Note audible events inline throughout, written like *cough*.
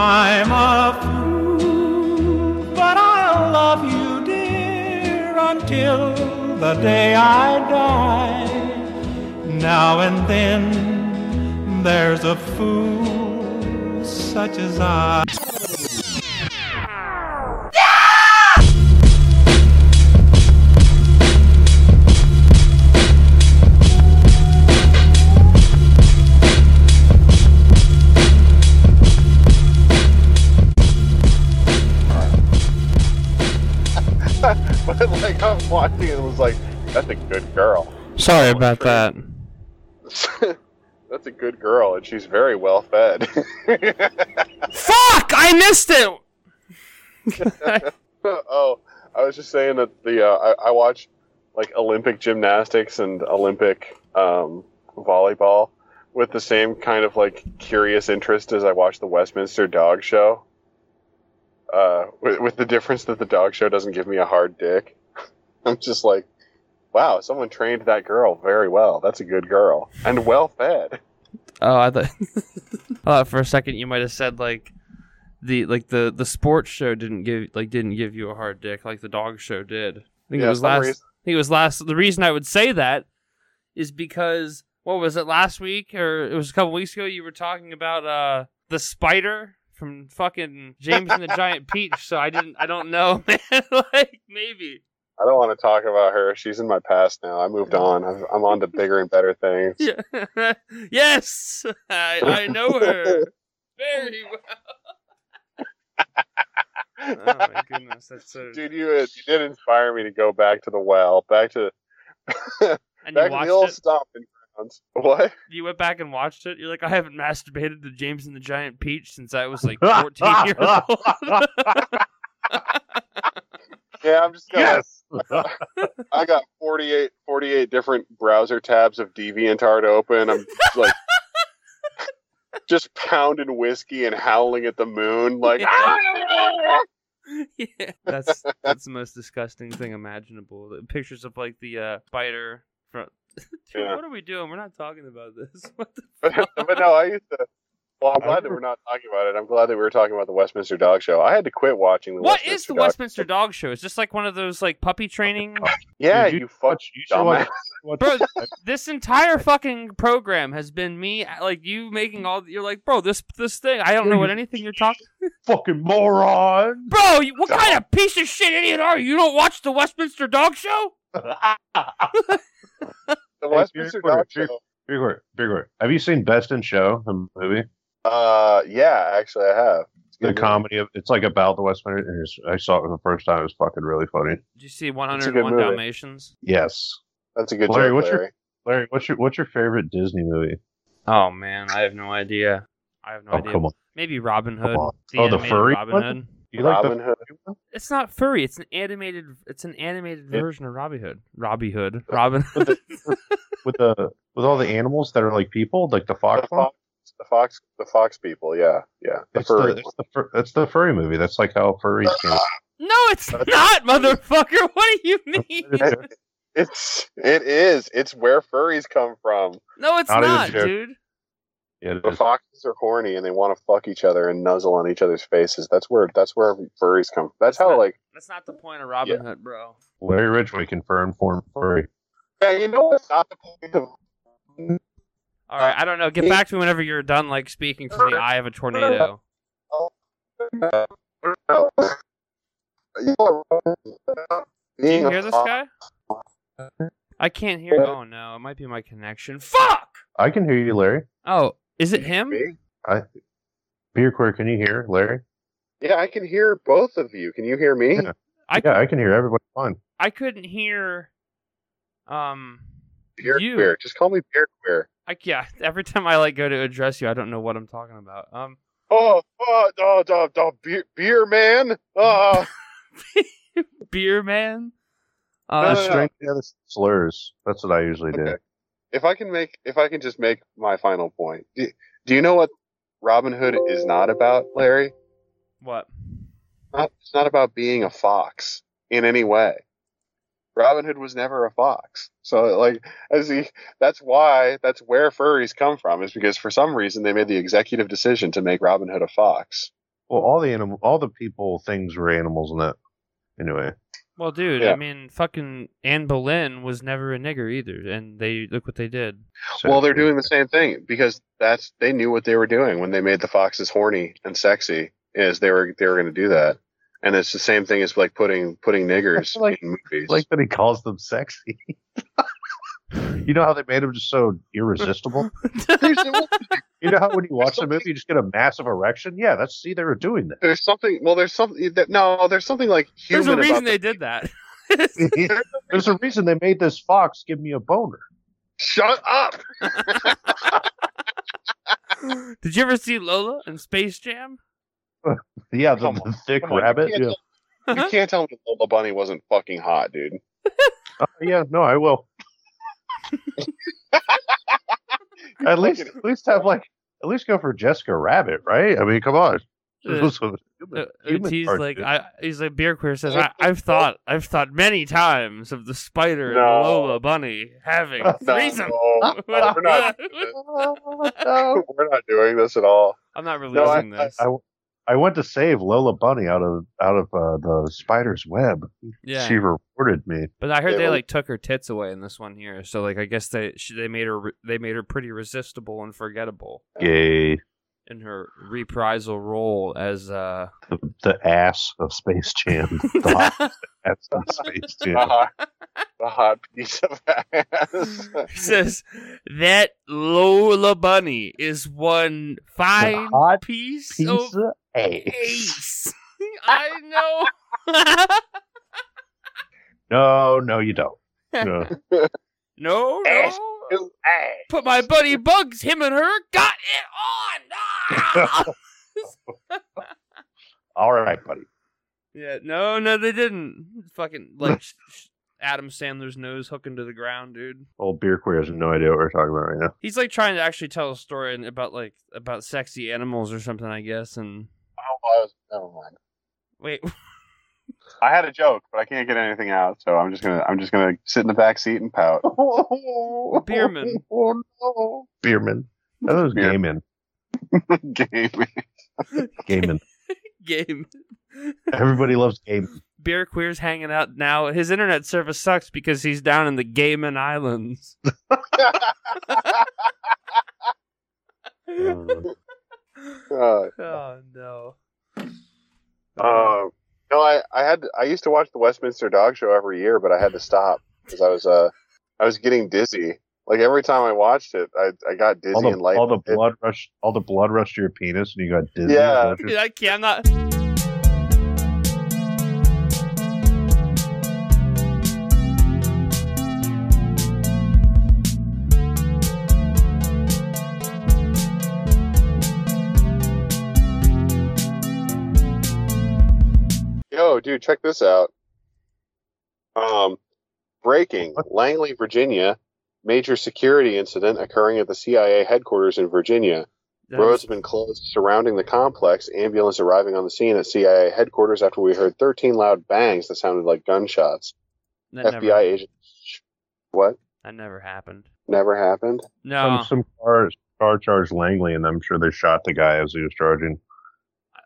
I'm a fool, but I'll love you, dear, until the day I die. Now and then there's a fool such as I. *laughs* but like I'm watching it, it was like, that's a good girl. *laughs* Sorry about that. that's a good girl, and she's very well fed. *laughs* Fuck! I missed it! *laughs* oh, I was just saying that the uh, I, I watch like Olympic gymnastics and Olympic um, volleyball with the same kind of like curious interest as I watch the Westminster Dog Show. Uh, with, with the difference that the dog show doesn't give me a hard dick. *laughs* I'm just like, wow, someone trained that girl very well. That's a good girl and well fed. Oh, I thought, *laughs* I thought for a second you might have said like the like the the sports show didn't give like didn't give you a hard dick like the dog show did. I think Yeah, it was some last. reason- *laughs* I think it was last. The reason I would say that is because what was it last week or it was a couple weeks ago? You were talking about uh the spider from fucking James and the Giant *laughs* Peach. So I didn't. I don't know, *laughs* man. like maybe. *laughs* I don't want to talk about her. She's in my past now. I moved on. I'm, I'm on to bigger and better things. Yeah. yes, I, I know *laughs* her very well. Oh my *laughs* goodness, that's so. Dude, you, uh, you did inspire me to go back to the well, back to and you back to watched the old it. stomping grounds. What? You went back and watched it. You're like, I haven't masturbated to James and the Giant Peach since I was *laughs* like 14 years old. Yeah, I'm just gonna. I got 48, 48 different browser tabs of DeviantArt open. I'm *laughs* like just pounding whiskey and howling at the moon. Like, "Ah!" yeah. That's that's the most disgusting thing imaginable. The pictures of like the uh, spider. From... *laughs* Dude, Yeah. what are we doing? We're not talking about this. *laughs* What the... *laughs* but, but no, I used to. Well, I'm glad that we're not talking about it. I'm glad that we were talking about the Westminster Dog Show. I had to quit watching the What Westminster is the Dog Westminster Dog Show? It's just like one of those like *laughs* puppy training. Yeah, Dude, you, fuck You should dumbass. watch, watch Bro, this entire fucking program has been me, like you making all. You're like, bro, this this thing. I don't know what anything you're *laughs* talking. fucking moron. *laughs* Bro, you- what kind of piece of shit idiot are you? You don't watch the Westminster Dog Show? The Hey, Westminster Peter, Dog Peter. Show. Big word, big word. Have you seen Best in Show, the movie? Uh, yeah, actually, I have. It's The good. comedy of it's like about the Westminster. And it's- I saw it for the first time. It was fucking really funny. Did you see a good 101 movie. Dalmatians? Yes, That's a good Larry, joke, what's your- Larry. Larry. What's your what's your favorite Disney movie? Oh man, I have no idea. I have no oh idea. come on, Maybe Robin Hood. on. The Oh, the animated furry Robin one? Hood. you Robin like Hood. the It's not furry. It's an animated. It's an animated Yeah. version of Robbie Hood. Robbie Hood. Robin. with the with all the animals that are like people, like the The fox. one? fox, the fox, the fox people. Yeah, yeah. The It's the, furry it's the fur, that's the furry movie. That's like how furries came. *laughs* no, it's *laughs* not, motherfucker. *laughs* What do you mean? one. *laughs* It's it is. It's where furries come from. No, it's Not not, even joking. dude. Yeah, it The is. foxes are horny and they want to fuck each other and nuzzle on each other's faces. That's where that's where furries come. That's how like That's not the point of Robin Hood, bro. Larry Ridgway confirmed form furry. yeah, you know what's not the point of Uh, All right, I don't know. Get back to me whenever you're done, like speaking from the *laughs* eye of a tornado. *laughs* You know what- Do being you a hear this fox- guy? I can't hear. Oh no, it might be my connection. Fuck. I can hear you, Larry. Oh, is it him? Peter Queer, can you hear Larry? Yeah, I can hear both of you. Can you hear me? Yeah. I yeah, I can hear everybody fine. I couldn't hear. Um. Beer You. queer. Just call me beer queer. I yeah. *laughs* Every time I like go to address you, I don't know what I'm talking about. Um. Oh, oh, oh, oh, oh beer, beer man. Oh. Beer man. No, Uh, no, That's no. strange. Yeah, that's slurs. That's what I usually do. Okay. if I can make if I can just make my final point. Do, do you know what Robin Hood is not about, Larry? What? Not, it's not about being a fox in any way. Robin Hood was never a fox. So like as he that's why that's where furries come from is because for some reason they made the executive decision to make Robin Hood a fox. Well, all the animal, all the people, things were animals in that. Anyway, Well, dude, I Yeah. mean, fucking Anne Boleyn was never a nigger either, and they look what they did. *laughs* so- well, they're doing the same thing because that's they knew what they were doing when they made the foxes horny and sexy is they were they were going to do that. And it's the same thing as like putting putting niggers Like- in movies. *laughs* *laughs* like that he calls them sexy. *laughs* you know how they made him just so irresistible. There's no- You know how *laughs* when you watch the movie, you just get a massive erection. Yeah, that's see, they were doing there's something well there's something that no there's something like human There's a reason about the- they did that. *laughs* that. *laughs* There's a reason they made this fox give me a boner. *laughs* shut up did you ever see Lola in Space Jam? Yeah, the, Come the on, thick Come on, you rabbit. can't Yeah. tell- Uh-huh. you can't tell me Lola Bunny wasn't fucking hot dude Uh, yeah, no, I will. *laughs* at least, at least have like, at least go for Jessica Rabbit, right? I mean, *laughs* come on. Uh, Human- Uh, human he's part, like, dude. I, he's like, beer queer says, *laughs* I, I've thought, I've thought many times of the spider No. and Lola Bunny *laughs* having No, threesome. no, no, we're, not, No. *laughs* we're not doing this at all. *laughs* I'm not I- releasing I- this. I, *laughs* I went to save Lola Bunny out of out of uh, the spider's web. yeah, She rewarded me. but I heard Yeah, they well- like took her tits away in this one here, so like I guess they she, they made her re- they made her pretty resistible and forgettable Yay! in her reprisal role as uh The, the ass of Space *laughs* Jam. *laughs* The hot ass of Space The, *laughs* Jam. hot, the hot piece *laughs* of ass. *laughs* he says that Lola Bunny is one The fine hot piece, piece of of ass. ace. *laughs* I know. *laughs* No, no, *laughs* you don't. No. no, Ass. no. His ass. But my buddy Bugs, him and her got *laughs* it on. Ah! All right, buddy. yeah, no, no, they didn't. Fucking like sh- sh- Adam Sandler's nose hooking to the ground, dude. Old beer queer has no idea what we're talking about right now. He's like trying to actually tell a story and- about like about sexy animals or something, I guess. And *laughs* Oh, I was- never mind. wait, *laughs* I had a joke, but I can't get anything out, so I'm just gonna I'm just gonna sit in the back seat and *laughs* pout. *laughs* Beerman. Oh, no. Beerman. That was Beer- Gaiman. Game. *laughs* Gaiman. game. Everybody loves Gaiman. Beer queer's hanging out now. His internet service sucks because he's down in the Gaiman Islands. *laughs* Uh, Uh, oh no. *laughs* Um, no, I, I had I used to watch the Westminster Dog Show every year, but I had to stop because I was uh I was getting dizzy. Like every time I watched it, I, I got dizzy all, the, and light. all the it- blood rush, all the blood rush to your penis, and you got dizzy. Yeah. Dude, I can't. I'm not. Yo, dude, check this out. Um, breaking What? Langley, Virginia, major security incident occurring at the CIA headquarters in Virginia. that Roads was- have been closed surrounding the complex. Ambulance arriving on the scene at CIA headquarters after we heard 13 loud bangs that sounded like gunshots. that FBI never, agents. What? that never happened. Never happened. No, Some, some car, car charged Langley, and I'm sure they shot the guy as he was charging.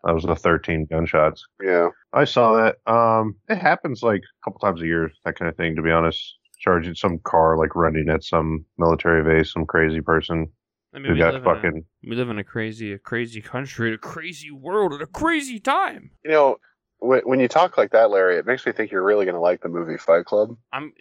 That was the 13 gunshots. Yeah. I saw that. Um, it happens like a couple times a year, that kind of thing. To be honest, charging some car, like running at some military base, some crazy person I mean who we got live, in fucking. a, we live in a crazy, a crazy country, a crazy world, at a crazy time. You know, when, when you talk like that, Larry, it makes me think you're really going to like the movie Fight Club. I'm.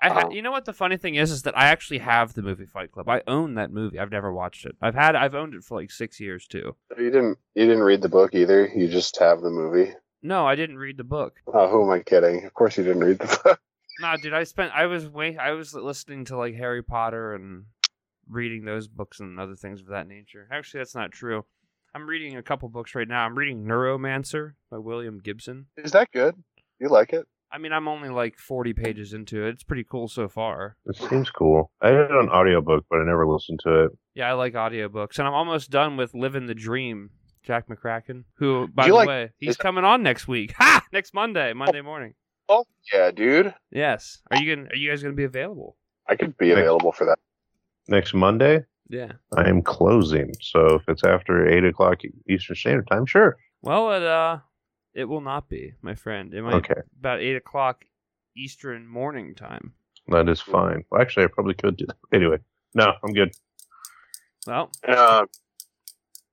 I ha- Oh. you know what the funny thing is is that I actually have the movie Fight Club. I own that movie. I've never watched it. I've had I've owned it for like six years too. You didn't. You didn't read the book either. You just have the movie. No, I didn't read the book. Oh, who am I kidding? Of course, you didn't read the *laughs* book. Nah, dude, I spent I was way I was listening to like Harry Potter and reading those books and other things of that nature. Actually, that's not true. I'm reading a couple books right now. I'm reading Neuromancer by William Gibson. Is that good? You like it? I mean, I'm only like 40 pages into it. It's pretty cool so far. It seems cool. I did it on audiobook, but I never listened to it. Yeah, I like audiobooks and I'm almost done with Living the Dream. Jack McCracken, who by You the like- way, he's is- *laughs* coming on next week. Ha! Next Monday, Monday morning. Oh yeah, dude. Yes. Are you gonna, Are you guys gonna be available? I could be available for that. Next Monday, Yeah. I am closing. So if it's after eight o'clock Eastern Standard Time, sure. Well, it uh, it will not be, my friend. It might Okay, about eight o'clock Eastern morning time. that is fine. Well, actually, I probably could do that. *laughs* Anyway, no, I'm good. Well, Um,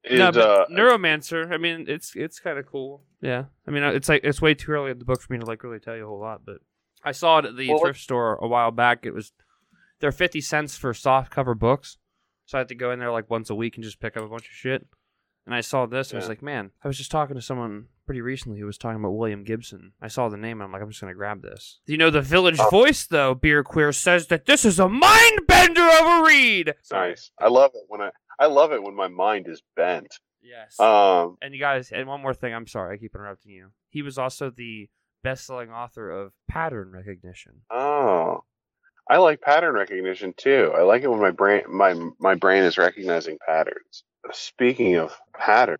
is, no, but uh, Neuromancer. I mean, it's it's kind of cool. Yeah. I mean, it's like it's way too early in the book for me to like really tell you a whole lot, but I saw it at the Well, thrift store a while back. It was they're fifty cents for soft cover books, so I had to go in there like once a week and just pick up a bunch of shit. And I saw this, and I was Yeah. like, man, I was just talking to someone pretty recently who was talking about William Gibson. I saw the name, and I'm like, I'm just gonna grab this. You know, the Village Oh. Voice though, beer queer says that this is a mind bender of a read. nice. I love it when I I love it when my mind is bent. Yes. Um, And you guys, and one more thing, I'm sorry, I keep interrupting you. He was also the best-selling author of Pattern Recognition. oh, I like pattern recognition too. I like it when my brain my my brain is recognizing patterns. Speaking of pattern,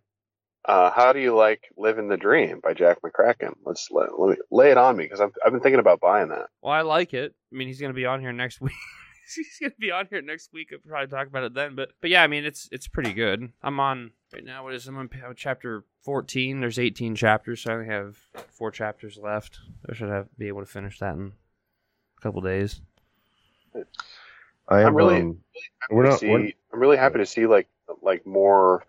uh, how do you like "Living the Dream" by Jack McCracken? Let's let, let me lay it on me because I've been thinking about buying that. Well, I like it. I mean, he's going to be on here next *laughs* week. he's going to be on here next week. I'll probably talk about it then. But but yeah, I mean, it's it's pretty good. I'm on right now. What is I'm on pa- chapter 14. There's 18 chapters, so I only have four chapters left. I should have be able to finish that in a couple days. I am I'm really- um, we're not. see, we're- I'm really happy to see like like more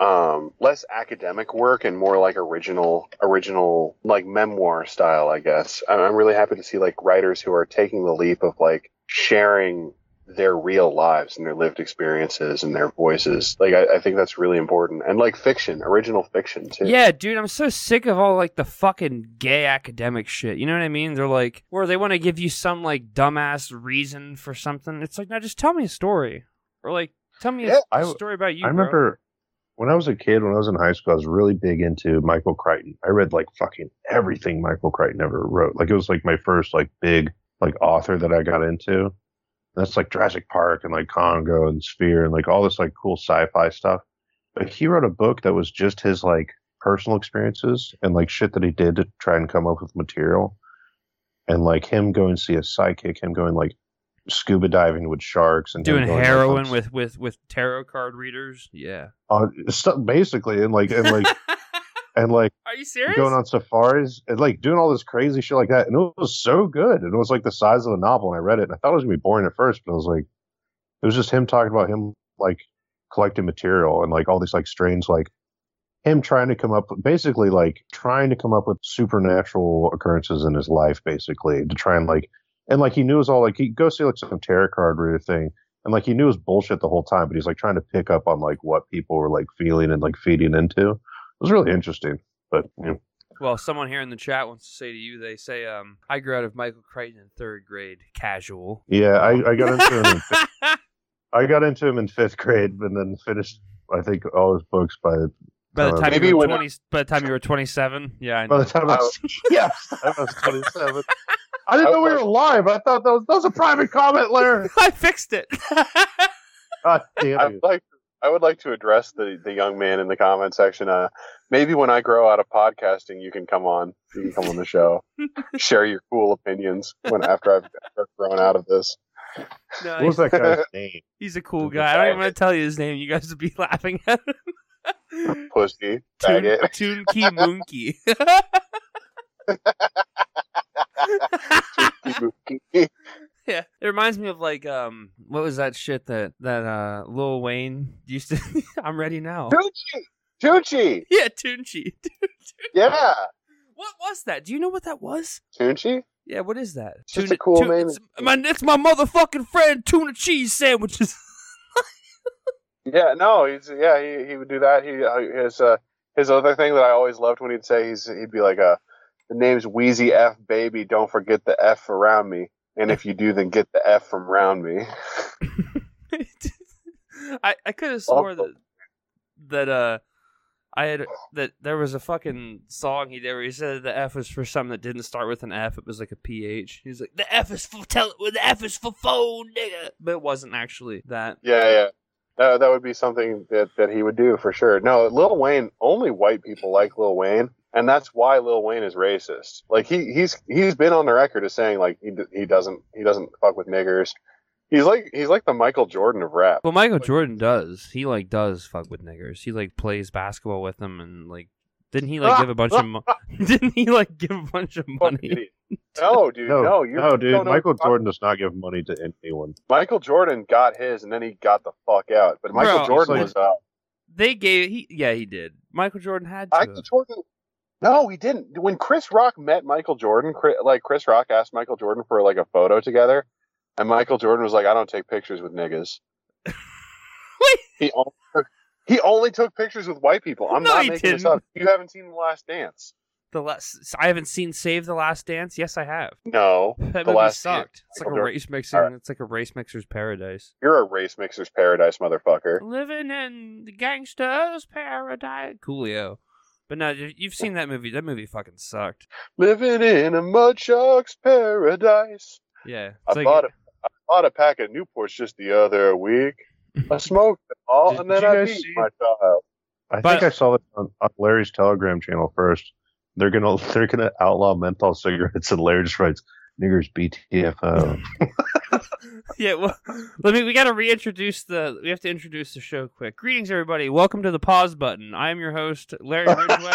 um less academic work and more like original original like memoir style i guess I- i'm really happy to see like writers who are taking the leap of like sharing their real lives and their lived experiences and their voices like i, I think that's really important and like fiction original fiction too Yeah, dude, I'm so sick of all like the fucking gay academic shit. You know what I mean? They're like, or they want to give you some like dumbass reason for something. It's like, now just tell me a story, or like tell me a Yeah, a I- story about you. I bro. remember when I was a kid, when I was in high school, I was really big into Michael Crichton. I read like fucking everything Michael Crichton ever wrote. Like it was like my first like big like author that I got into. That's like Jurassic Park and like Congo and Sphere and like all this like cool sci-fi stuff. But he wrote a book that was just his like personal experiences and like shit that he did to try and come up with material. And like him going to see a psychic, him going like scuba diving with sharks and him doing going, like, on heroin s- with with with tarot card readers. Yeah. uh, stuff basically and like and like and like Are you serious? going on safaris and like doing all this crazy shit like that and it was so good and it was like the size of a novel and i read it and i thought it was gonna be boring at first but i was like it was just him talking about him like collecting material and like all these like strange like him trying to come up basically like trying to come up with supernatural occurrences in his life basically to try and like and like he knew it was all like he go see like some tarot card reader thing and like he knew it was bullshit the whole time but he's like trying to pick up on like what people were like feeling and like feeding into it was really interesting but you know, Well, someone here in the chat wants to say to you, they say, um, I grew out of Michael Crichton in third grade, casual. yeah I, I *laughs* got into him in, i got into him in fifth grade and then finished i think all his books by by the Uh, time maybe you were when I- twenty, by the time you were twenty-seven, yeah, I know. by the time i was, yeah, *laughs* by the time I was 27 i didn't I know we were was- live i thought that was, that was a private *laughs* comment larry I fixed it. god damn I you would like I would like to address the, the young man in the comment section. Uh, maybe when I grow out of podcasting, you can come on. You can come on the show, share your cool opinions when after I've, after I've grown out of this. No, what was that guy's name He's a cool guy. I don't even want to tell you his name. You guys would be *laughs* laughing at him. Pussy, Toon, faggot. Toonkey *laughs* Moonkey. *laughs* yeah, it reminds me of like um, what was that shit that that uh Lil Wayne used to? *laughs* I'm ready now. Tucci, Tucci, Yeah, Toonchi. yeah, What was that? Do you know what that was? Tucci. Yeah, what is that? It's just a cool name. It's my, it's my motherfucking friend tuna cheese sandwiches. Yeah, no, he's yeah, he, he would do that. He uh, his uh, his other thing that I always loved when he'd say he's he'd be like uh, the name's Wheezy F baby, don't forget the F around me, and if you do, then get the F from round me. *laughs* I, I could have swore Awful. that that uh I had that there was a fucking song he did where he said the F was for something that didn't start with an F. It was like a PH. He was like the F is for tell the F is for phone, nigga. But it wasn't actually that. Yeah, yeah. That, that would be something that, that he would do for sure. No, Lil Wayne, only white people like Lil Wayne. and that's why Lil Wayne is racist. Like he he's he's been on the record as saying like he d- he doesn't he doesn't fuck with niggers. He's like he's like the Michael Jordan of rap. Well, Michael Jordan does. He like does fuck with niggers. He like plays basketball with them and like didn't he like give a bunch of mo- *laughs* didn't he like give a bunch of Fucking money? idiot. No, dude, no, No, no, you dude. don't know- Michael Jordan does not give money to anyone. Michael Jordan got his, and then he got the fuck out. But Michael Bro, Jordan it's was uh, They gave he yeah he did. Michael Jordan had to. Michael Jordan. No, he didn't. When Chris Rock met Michael Jordan, Chris, like Chris Rock asked Michael Jordan for like a photo together, and Michael Jordan was like, "I don't take pictures with *laughs* niggas." he only took, he only took pictures with white people. I'm No, not he making this didn't. up. You haven't seen The Last Dance. the last I haven't seen Save the Last Dance. Yes, I have. No, That The movie Last Dance. sucked. It's like Michael a Jordan. race mixing. Alright. It's like a race mixer's paradise. you're a race mixer's paradise, motherfucker. Living in the gangster's paradise. Coolio. But no, you- you've seen that movie. That movie fucking sucked. Living in a mud shark's paradise. Yeah. It's I bought a, I bought a pack of Newports just the other week. *laughs* I smoked them all, Did- and then did you I guys beat see- my child. I But- think I saw it on, on Larry's Telegram channel first. They're gonna *laughs* they're gonna outlaw menthol cigarettes, and Larry just writes niggers BTFO. yeah, well, *laughs* let me. We got to reintroduce the. We have to introduce the show quick. Greetings, everybody. Welcome to the pause button. I am your host, Larry *laughs* Ridgway,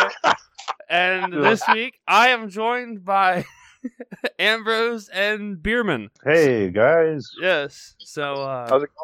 and this week I am joined by *laughs* Ambrose and Bierman. hey guys, Yes. So uh, How's it going?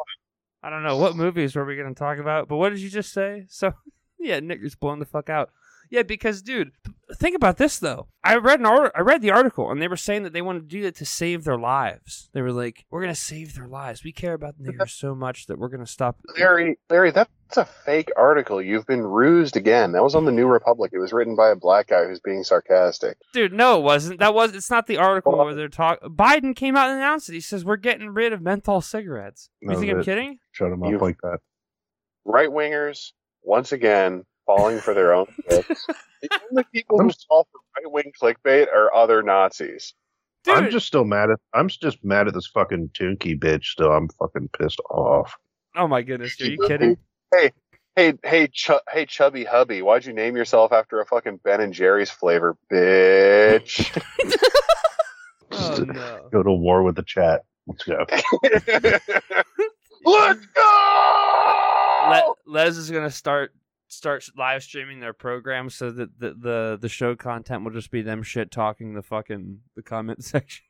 I don't know what movies were we going to talk about, but what did you just say? So *laughs* yeah, Nicker's blown the fuck out. Yeah, because dude, think about this though. I read an art- I read the article, and they were saying that they wanted to do that to save their lives. They were like, "We're gonna save their lives. We care about the niggers so much that we're gonna stop." Larry, Larry, that's a fake article. You've been rused again. That was on the New Republic. It was written by a black guy who's being sarcastic. Dude, no, it wasn't. That was. It's not the article Well- where they're talk. Biden came out and announced it. He says we're getting rid of menthol cigarettes. No, you think I'm that- kidding? shut them up You've- like that. Right wingers, once again, falling for their own tricks. The only people who fall for right wing clickbait are other Nazis. Dude, I'm just still mad at I'm just mad at this fucking Tunky bitch. Still, I'm fucking pissed off. oh my goodness, are you *laughs* kidding? Hey, hey, chu- hey, chubby hubby, why'd you name yourself after a fucking Ben and Jerry's flavor, bitch? Oh no. Go to war with the chat. *laughs* Let's go. Let's go! Le- Les is gonna start start live streaming their program so that the, the the show content will just be them shit talking the fucking the comment *laughs* section.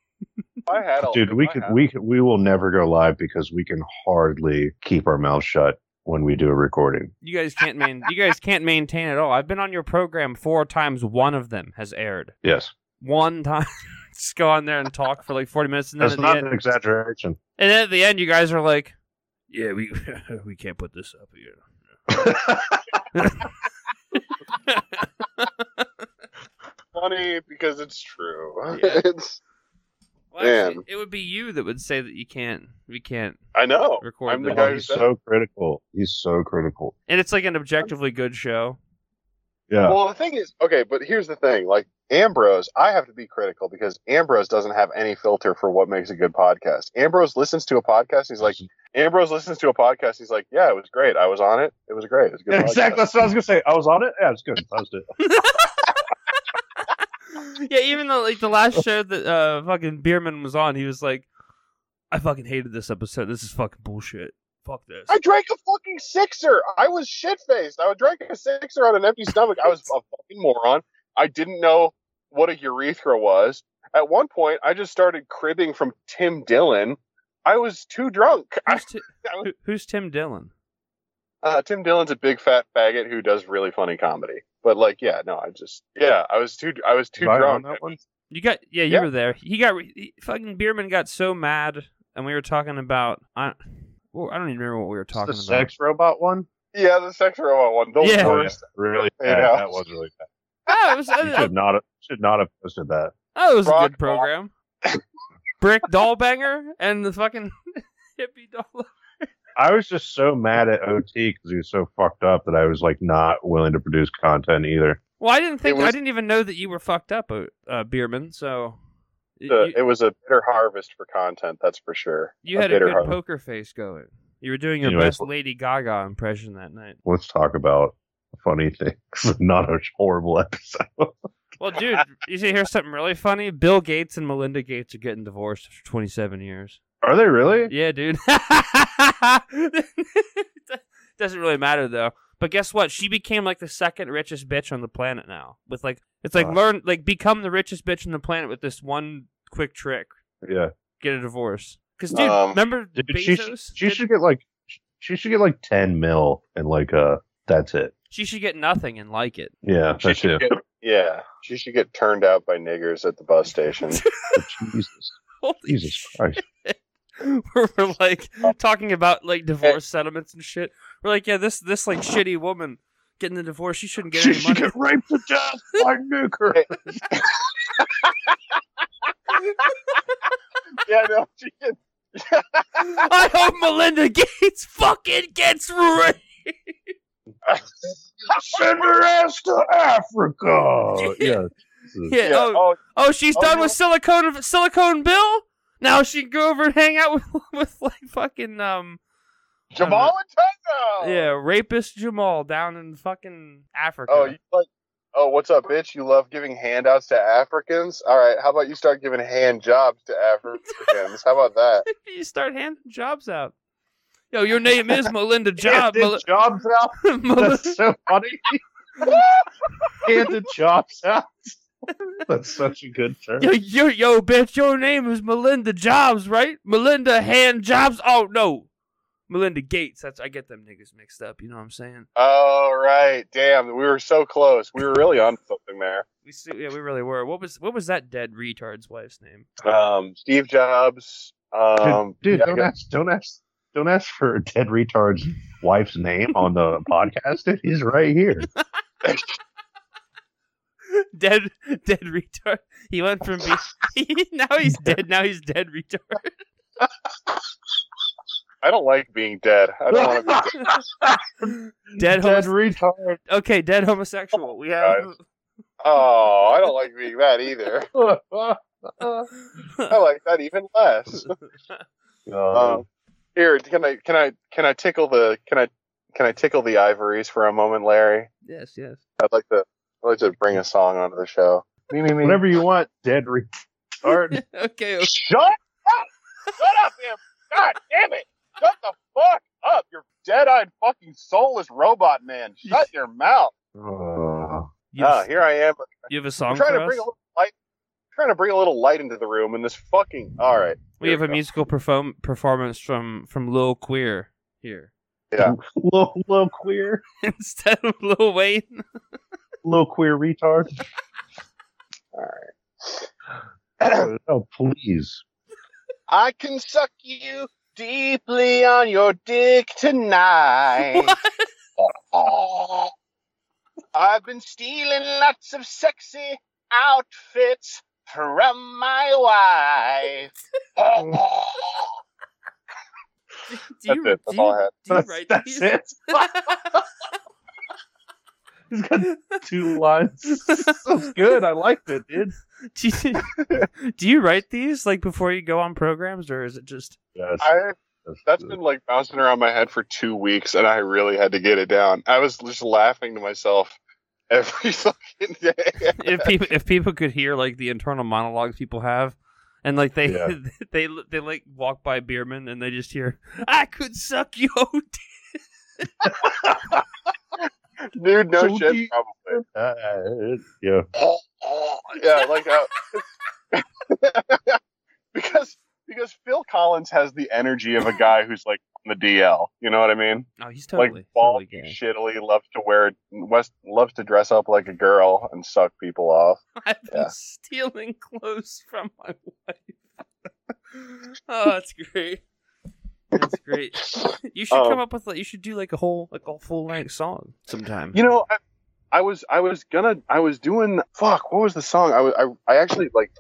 If I had a- Dude, we if I could had- we could, we will never go live because we can hardly keep our mouths shut when we do a recording. You guys can't main you guys can't maintain at all. I've been on your program four times. One of them has aired. Yes, One time, *laughs* just go on there and talk for like forty minutes, and then that's at not the end, an exaggeration. And then at the end, you guys are like, "Yeah, we *laughs* we can't put this up here." funny because it's true. Yeah. *laughs* it's, well, actually, Man. it would be you that would say that you can't. We can't I know. record. I'm the that. guy who he's said- so critical. He's so critical. and it's like an objectively good show. Yeah. Well, the thing is, okay, but here's the thing: like Ambrose, I have to be critical because Ambrose doesn't have any filter for what makes a good podcast. Ambrose listens to a podcast. He's *laughs* like, Ambrose listens to a podcast. He's like, yeah, it was great. I was on it. It was great. It was a good. *laughs* podcast." exactly. That's what I was gonna say. I was on it. Yeah, it's good. That was it. yeah, even though like the last show that uh fucking Bierman was on, he was like, "I fucking hated this episode. This is fucking bullshit. Fuck this." I drank a fucking sixer. I was shit faced. I drank a sixer on an empty stomach. I was a fucking moron. I didn't know what a urethra was. At one point, I just started cribbing from Tim Dillon. I was too drunk. I, *laughs* Who's, Ti- who- who's Tim Dillon? uh, Tim Dillon's a big fat faggot who does really funny comedy. But like, yeah, no, I just yeah, I was too I was too Was I on drunk. that one? You got yeah, you Yeah. were there. He got re- he, fucking Bierman got so mad, and we were talking about I, well, I don't even remember what we were *laughs* It's talking the about. sex robot one. Yeah, the sex robot one, the Yeah. Oh, yeah. worst. Really Yeah. bad. That was really bad. Oh, it was, *laughs* You *laughs* oh, should not have, should not have posted that. oh, it was a Rock good program. Brick Dollbanger and the fucking *laughs* hippie doll. I was just so mad at OT because he was so fucked up that I was like not willing to produce content either. Well, I didn't think was- I didn't even know that you were fucked up, uh, uh, Bierman. So y- Uh, you, it was a bitter harvest for content, that's for sure. you had a bitter good harvest. poker face going. You were doing your Anyways. best Lady Gaga impression that night. Let's talk about funny things, *laughs* not a horrible episode. Well, dude, you should hear something really funny. Bill Gates and Melinda Gates are getting divorced after 27 years. Are they really? Yeah, dude. *laughs* Doesn't really matter though. But guess what? She became like the second richest bitch on the planet now. With like, it's like Wow. learn, like become the richest bitch on the planet with this one quick trick. Yeah. Get a divorce. Because dude, Um, remember Dude, she should, Bezos? she Did- should get like she should get like ten mil and like uh that's it. she should get nothing and like it. *laughs* Yeah, She that's should it. get, yeah, she should get turned out by niggers at the bus *laughs* station. Oh, Jesus, Holy Jesus shit. Christ. *laughs* Where we're like talking about like divorce settlements and shit. We're like, yeah, this this like shitty woman getting the divorce, she shouldn't get She any should money. get raped to death by nuker. yeah, no, she *laughs* can. *laughs* I hope Melinda Gates fucking gets *laughs* raped. Send her ass to Africa. Yeah. Yeah. Yeah, Oh, oh, oh, she's oh, done no. with silicone silicone Bill. Now she can go over and hang out *laughs* with with like fucking um Jamal and Tango. yeah rapist Jamal down in fucking Africa. *laughs* Oh, you like? Oh, what's up, bitch? You love giving handouts to Africans? All right, how about you start giving hand jobs to Africans? how about that? *laughs* you start handing jobs out. Yo, your name is Melinda Job. Mel- *laughs* jobs out. Mel- *laughs* That's so funny. Handed jobs out. That's such a good term. yo, yo, yo, bitch, your name is Melinda Jobs, right? Melinda Hand Jobs. Oh no, Melinda Gates. That's I get them niggas mixed up. You know what I'm saying? Oh, right. Damn, we were so close. We were really on something there. We see, yeah, we really were. What was what was that dead retard's wife's name? *laughs* Um, Steve Jobs. Um, dude, yeah, don't ask, don't ask, don't ask for Ted Retard's wife's name on the podcast. Dude. He's right here. Dead, dead retard. He went from *laughs* be- now he's dead. Now he's dead retard. I don't like being dead. I don't want to *laughs* be dead. Dead Ted homos- Retard. *laughs* Okay, dead homosexual. We have. Oh, I don't like being that either. I like that even less. Um, here, can I can I can I tickle the can I can I tickle the ivories for a moment, Larry? yes, yes. *laughs* I'd like to I'd like to bring a song onto the show. Me, me, me. whatever you want, Ted Retard. *laughs* Okay. okay. Shut up! Shut up, him! God damn it! Shut the fuck up! You're dead-eyed fucking soulless robot man. Shut your mouth. Oh. You, Ah, have, here I am. you have a I'm song trying for to us. bring a little light. Trying to bring a little light into the room, and this fucking all right. we here have a we musical perform- performance from from Lil Queer here *laughs* Little, little queer, instead of Lil Wayne. little *laughs* queer retard. Oh, please. I can suck you deeply on your dick *laughs* tonight. I've been stealing lots of sexy outfits from my wife. *laughs* Do you, That's it. That's Do you, all I had. do you *laughs* That's, write that's these? *laughs* it. He's got two lines. That's good. I liked it, dude. *laughs* do, *laughs* you, do you write these like before you go on programs, or is it just Yes, *laughs* I, that's that's good. been like bouncing around my head for two weeks, and I really had to get it down. I was just laughing to myself *laughs* every fucking day. if *laughs* people if people could hear like the internal monologues people have, and like they Yeah. *laughs* they they like walk by Bierman and they just hear, "I could suck *laughs* you." Dude, no So shit, do you- probably. Uh, it- yeah. yeah, like uh, *laughs* because because Phil Collins has the energy of a guy who's like on the DL. You know what I mean? Oh, he's totally like bald, totally gay. shittily, loves to wear west, loves to dress up like a girl and suck people off. *laughs* I've been Yeah. stealing clothes from my wife. *laughs* oh, that's great. That's great. You should Um, come up with like you should do like a whole like a full length song sometime. You know, I, I was I was gonna I was doing fuck. What was the song? I was I, I actually like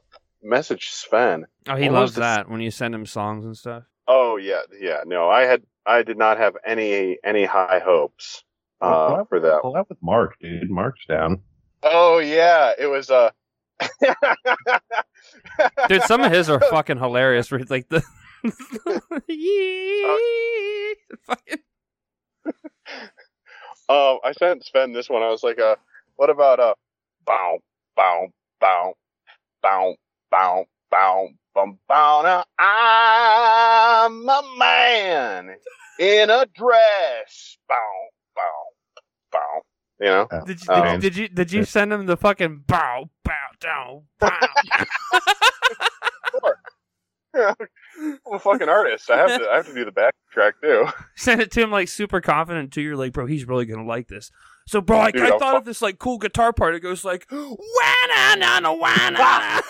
messaged Sven. oh, he what was loves the- that when you send him songs and stuff. Oh yeah, yeah. No, I had I did not have any any high hopes uh, for that. Well, that with Mark, dude. Mark's down. Oh yeah, it was uh *laughs* Dude, some of his are fucking hilarious. Where he's like the. *laughs* Yee! Fucking- Um, I sent Sven this one. I was like, uh, what about uh, bow, bow, bow, bow, bow, bow, bow, bow. Now I'm a man in a dress. Bow, bow, bow. You know, Did you, did, Um, did you did you send him the fucking bow bow down bow? I'm a fucking artist. I have to. I have to do the backtrack too. *laughs* send it to him like super confident too. You're like, bro, he's really gonna like this. So, bro, like, Dude, I I'll thought fu- of this like cool guitar part. It goes like, "Wana na na wana."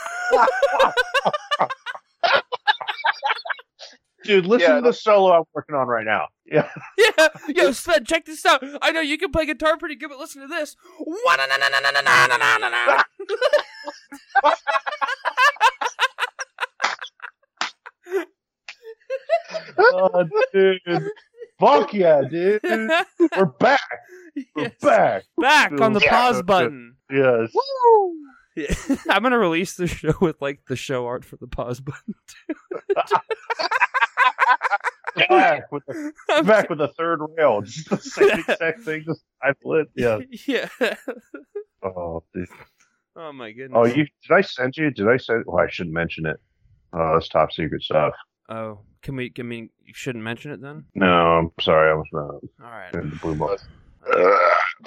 Dude, listen Yeah, to the solo I'm working on right now. *laughs* Yeah. *laughs* Yeah, yo, Sven, check this out. I know you can play guitar pretty good, but listen to this. *laughs* Wana na na na na na na na na na. Oh, dude. Fuck yeah, dude. We're back. We're Yes. back. Back on the Yeah. pause button. Yes. Yeah. I'm gonna release the show with like the show art for the pause button. Back with the, I'm *laughs* back with the third rail. Just the *laughs* same exact thing. Just I lit. Yeah. Yeah. Oh, dude. Oh my goodness. Mm-hmm. oh, you did I send you? Did I send? Well, I shouldn't mention it. Oh, it's top secret stuff. Oh, can we? I mean, you shouldn't mention it then. No, I'm sorry. I was not All right. in the blue box.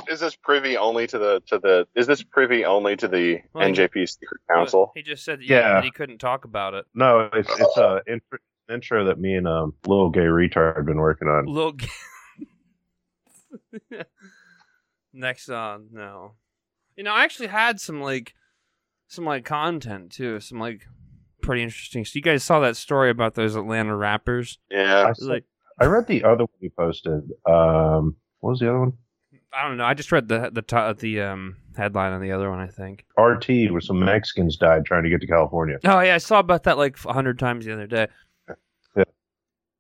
Is this privy only to the to the? Is this privy only to the Well, you- NJP Secret Council? He just said that, Yeah. that he couldn't talk about it. No, it's it's a intro, intro that me and um little gay retard have been working on. Little. G- *laughs* Next on, no. You know, I actually had some like, some like content too. Some like pretty interesting. So you guys saw that story about those Atlanta rappers? Yeah. I, It's Like, I read the other one you posted. Um, what was the other one? I don't know. I just read the the to- the um headline on the other one. I think. RT, where some Mexicans died trying to get to California. Oh yeah, I saw about that like a hundred times the other day. Yeah.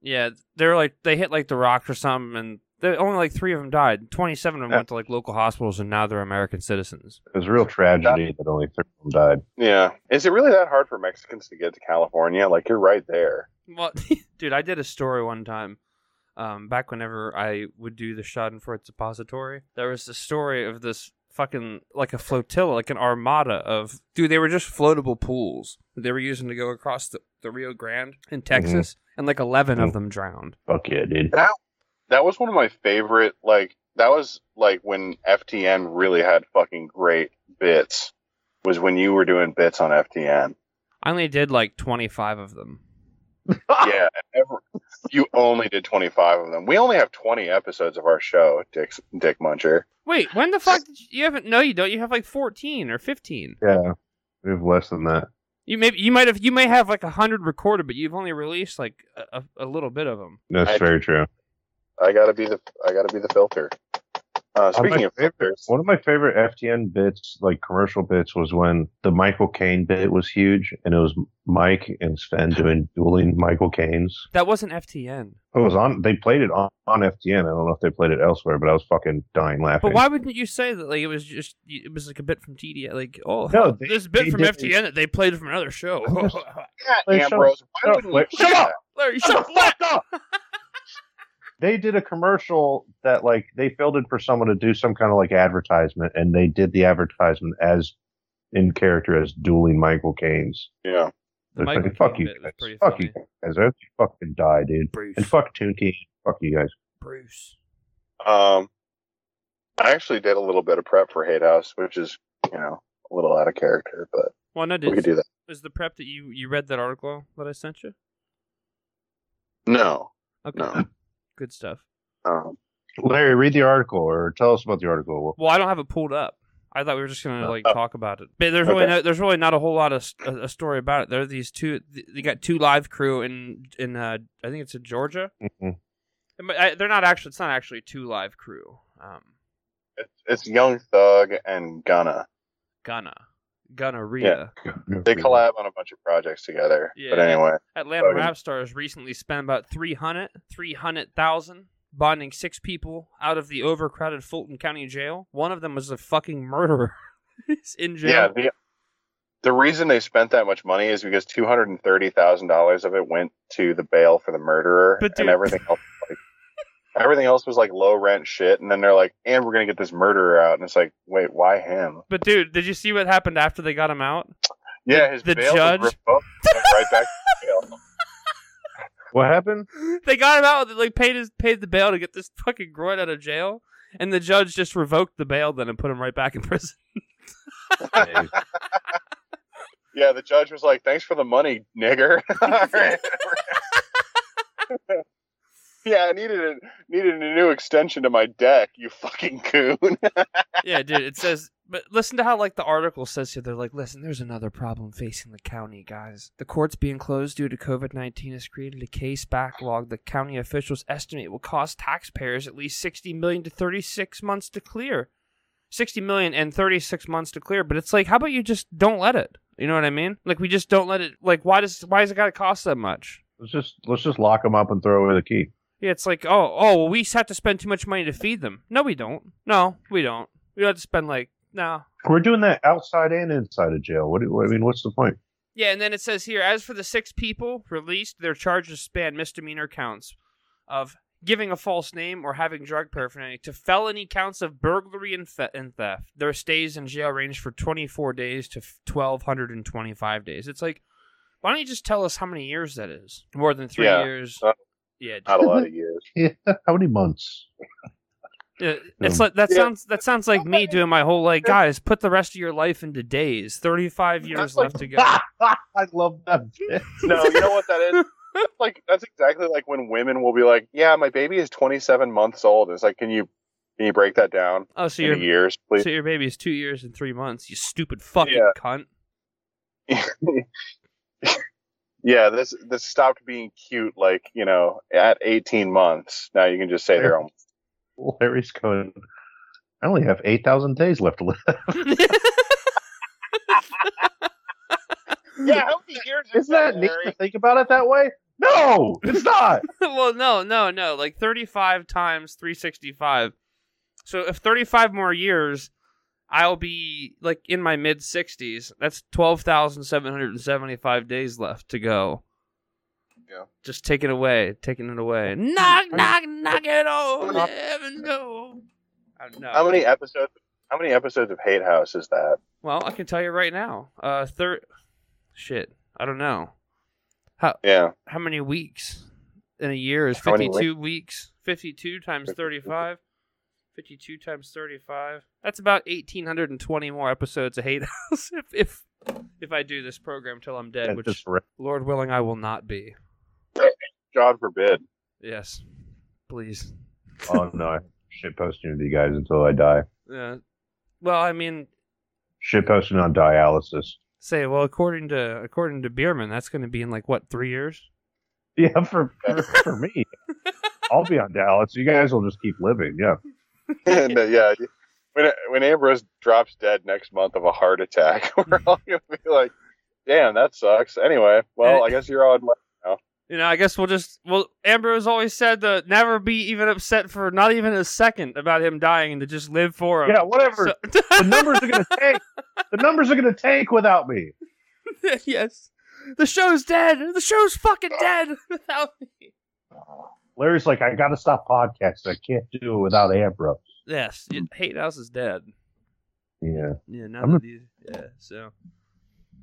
Yeah, they're like they hit like the rocks or something, and they, only like three of them died. Twenty-seven of them Yeah. went to like local hospitals, and now they're American citizens. It was a real tragedy that only three of them died. Yeah. Is it really that hard for Mexicans to get to California? Like you're right there. Well, *laughs* dude, I did a story one time. Um, back whenever I would do the Schadenfreude suppository, there was the story of this fucking like a flotilla, like an armada of dude. They were just floatable pools that they were using to go across the, the Rio Grande in Mm-hmm. Texas, and like 11 of Mhm. them drowned. Fuck yeah, dude. That was one of my favorite. Like that was like when FTN really had fucking great bits. Was when you were doing bits on FTN. I only did like 25 of them. yeah. Ever, you only did 25 of them. We only have 20 episodes of our show, Dick Dick Muncher. Wait, when the fuck did you, you haven't? No, you don't. You have like 14 or 15. Yeah, we have less than that. You maybe you might have you may have like hundred recorded, but you've only released like a, a a little bit of them. That's I- very true. I gotta be the I gotta be the filter. Uh, speaking of filters, One of my favorite FTN bits, like commercial bits, was when the Michael Caine bit was huge, and it was Mike and Sven doing dueling Michael Caines. That wasn't FTN. It was on. They played it on, on FTN. I don't know if they played it elsewhere, but I was fucking dying laughing. But why wouldn't you say that? Like it was just it was like a bit from TD. Like oh, No, they- *laughs* this bit they from did- FTN that they played from another show. yeah, Wait, *laughs* shut Ambrose, why shut up, wouldn't wait, you shut do up! that? *laughs* Larry, shut up. they did a commercial that like they fielded for someone to do some kind of like advertisement, and they did the advertisement as in character as dueling Michael Caines. Yeah, The They're Michael like, Caine fuck you bit was guys, pretty fuck funny. you guys, I hope you fucking die, dude, Bruce, and fuck Toonky, fuck you guys. Bruce. um, I actually did a little bit of prep for Hate House, which is you know a little out of character, but Well, no, did we could do that. was the prep that you you read that article that I sent you? No, Okay, no. good stuff. Um, Larry, read the article or tell us about the article. Well, I don't have it pulled up. I thought we were just gonna Oh. like talk about it, but there's Okay. really no, there's really not a whole lot of s- a, a story about it. There are these two. th- They got two live crew in in uh, I think it's in Georgia. Mhm. And, but I, they're not actually. It's not actually two live crew. Um, it's, it's Young Thug and Gunna. Ghana, Gonorrhea. They collab on a bunch of projects together. Yeah. But anyway, Atlanta Okay. rap stars recently spent about 300 300,000 bonding six people out of the overcrowded Fulton County jail. One of them was a fucking murderer. *laughs* He's in jail. yeah. The, the reason they spent that much money is because two hundred and thirty thousand dollars of it went to the bail for the murderer, But and dude- *laughs* everything else. Like, Everything else was like low rent shit, and then they're like, "And we're gonna get this murderer out," and it's like, "Wait, why him?" But dude, did you see what happened after they got him out? Yeah, his the bail judge- was revoked, and right back to *laughs* jail. What happened? They got him out. They like paid his paid the bail to get this fucking groin out of jail, and the judge just revoked the bail then and put him right back in prison. *laughs* *laughs* Hey, Yeah, the judge was like, "Thanks for the money, *laughs* nigger." *laughs* Alright. yeah, I needed a, needed a new extension to my deck. You fucking coon. *laughs* yeah, dude. It says, but listen to how like the article says here. They're like, listen, there's another problem facing the county, guys. The courts being closed due to COVID nineteen has created a case backlog that county officials estimate will cost taxpayers at least sixty million to thirty six months to clear. Sixty million and thirty six months to clear. But it's like, how about you just don't let it? You know what I mean? Like we just don't let it. Like why does why does it gotta cost that much? let's just let's just lock them up and throw away the key. Yeah, it's like, oh, oh, well, we have to spend too much money to feed them. No, we don't. No, we don't. We have to spend like no. We're doing that outside and inside of jail. What do you, I mean? What's the point? Yeah, and then it says here, as for the six people released, their charges span misdemeanor counts of giving a false name or having drug paraphernalia to felony counts of burglary and, the- and theft. Their stays in jail range for 24 days to 1,225 days. It's like, why don't you just tell us how many years that is? More than three Yeah. years. Uh, yeah, Not a lot of years. *laughs* Yeah, how many months? Yeah, Uh, it's like that Yeah. sounds that sounds like me doing my whole like guys put the rest of your life into days. Thirty five years That's like- left to go. *laughs* I love that. bit. No, you know what that *laughs* is? That's like that's exactly like when women will be like, "Yeah, my baby is 27 months old." It's like, can you can you break that down Oh, so in you're years, please? so your baby is two years and three months. You stupid fucking Yeah. cunt. *laughs* yeah, this this stopped being cute. Like you know, at 18 months, now you can just say they're almost. Larry's going. I only have eight thousand days left to *laughs* live. Yeah, how many years Isn't that neat to think about it that way? No, it's *laughs* not. *laughs* well, no, no, no. Like thirty five times three sixty five. So if thirty five more years, I'll be like in my mid sixties. That's twelve thousand seven hundred and seventy five days left to go. Yeah. Just take it away, taking it away. Knock, knock, knock it off. Heaven go. I don't know. How many episodes? How many episodes of Hate House is that? Well, I can tell you right now. Uh, third. Shit, I don't know. Yeah, How many weeks in a year is How many 52 weeks? 52 times 35. 52 times 35. That's about 1820 more episodes of Hate House *laughs* if if, if I do this program till I'm dead, That's which just ra- Lord willing I will not be. God forbid. Yes. Please. oh no, I shit posting to you guys until I die. Uh, well, I mean, Shit posting on dialysis. say well according to according to Bierman, that's going to be in like what, 3 years? *laughs* Yeah, for for, for me, I'll be on dialysis. You guys will just keep living. *laughs* Yeah, No, yeah. When when Ambrose drops dead next month of a heart attack, *laughs* we're all gonna be like, "Damn, that sucks." Anyway, well, I guess you're on. You know, I guess we'll just well. Ambrose always said to never be even upset for not even a second about him dying, and to just live for him. yeah, whatever. So- the *laughs* numbers are gonna tank. The numbers are gonna tank without me. yes, the show's dead. The show's fucking dead *laughs* without me. Larry's like, I gotta stop podcasting. I can't do it without Ambrose. Yes, you- Hate House is dead. Yeah, Yeah, I'm none a- of these. Yeah, so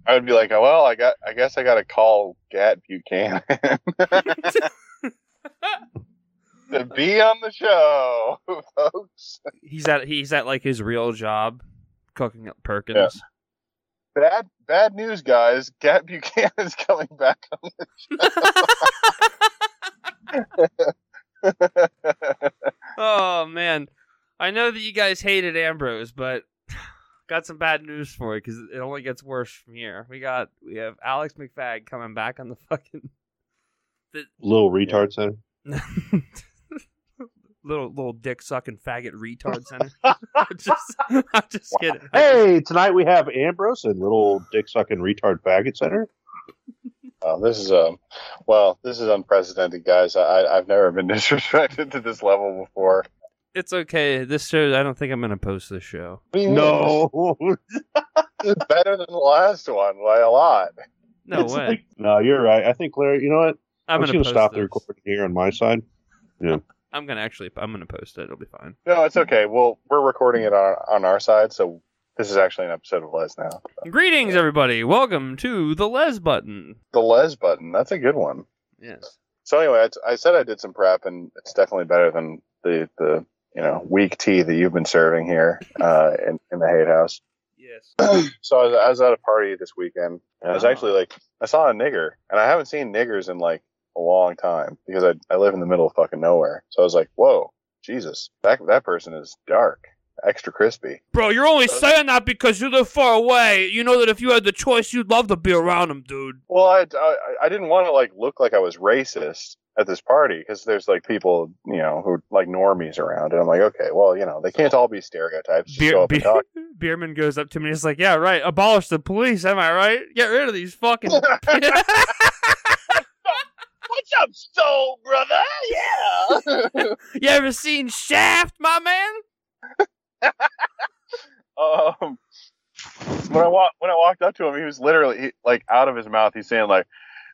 I would be like, "Oh, "Well, I got. I guess I got to call Gat Buchanan *laughs* to be on the show, *laughs* folks." he's at he's at like his real job, cooking up Perkins. Yeah. Bad bad news, guys. Gat Buchanan's coming back on the show. Oh man, I know that you guys hated Ambrose, but *sighs* got some bad news for you because it only gets worse from here. We got we have Alex McFag coming back on the fucking little retard center. *laughs* little little dick sucking faggot retard *laughs* center. *laughs* I'm just, I'm just kidding. Hey, tonight we have Ambrose and little dick sucking retard faggot center. Wow, this is um, well, this is unprecedented, guys. I I've never been *laughs* disrespected to this level before. It's okay. This show, I don't think I'm gonna post this show. No, this is better than the last one by a lot. No It's way. like- no, you're right. I think Larry. You know what? I'm just gonna post stop the this. recording here on my side. I'm gonna actually. I'm gonna post it. It'll be fine. No, it's okay. Well, we're recording it on on our side, so this is actually an episode of Les now. Greetings, everybody. Welcome to the Les button. The Les button. That's a good one. Yes. So anyway, I, I said I did some prep, and it's definitely better than the the you know weak tea that you've been serving here uh, in in the Hate House. Yes. *clears throat* So I was, I was at a party this weekend, and I was Oh. actually like, I saw a nigger, and I haven't seen niggers in like a long time because I I live in the middle of fucking nowhere. So I was like, whoa, Jesus, that that person is dark, extra crispy. Bro, you're only saying that because you live far away. You know that if you had the choice, you'd love to be around him, dude. Well, I, I I didn't want to like look like I was racist at this party because there's like people you know who like normies around, and I'm like, okay, well you know they can't all be stereotypes. Just go Beer, up and talk. *laughs* Beerman goes up to me and is like, "Yeah, right. Abolish the police. Am I right? Get rid of these *laughs* fucking." *laughs* *laughs* What's up, soul brother? Yeah. *laughs* you ever seen Shaft, my man? um, when I wa- when I walked up to him, he was literally he, like out of his mouth. He's saying like,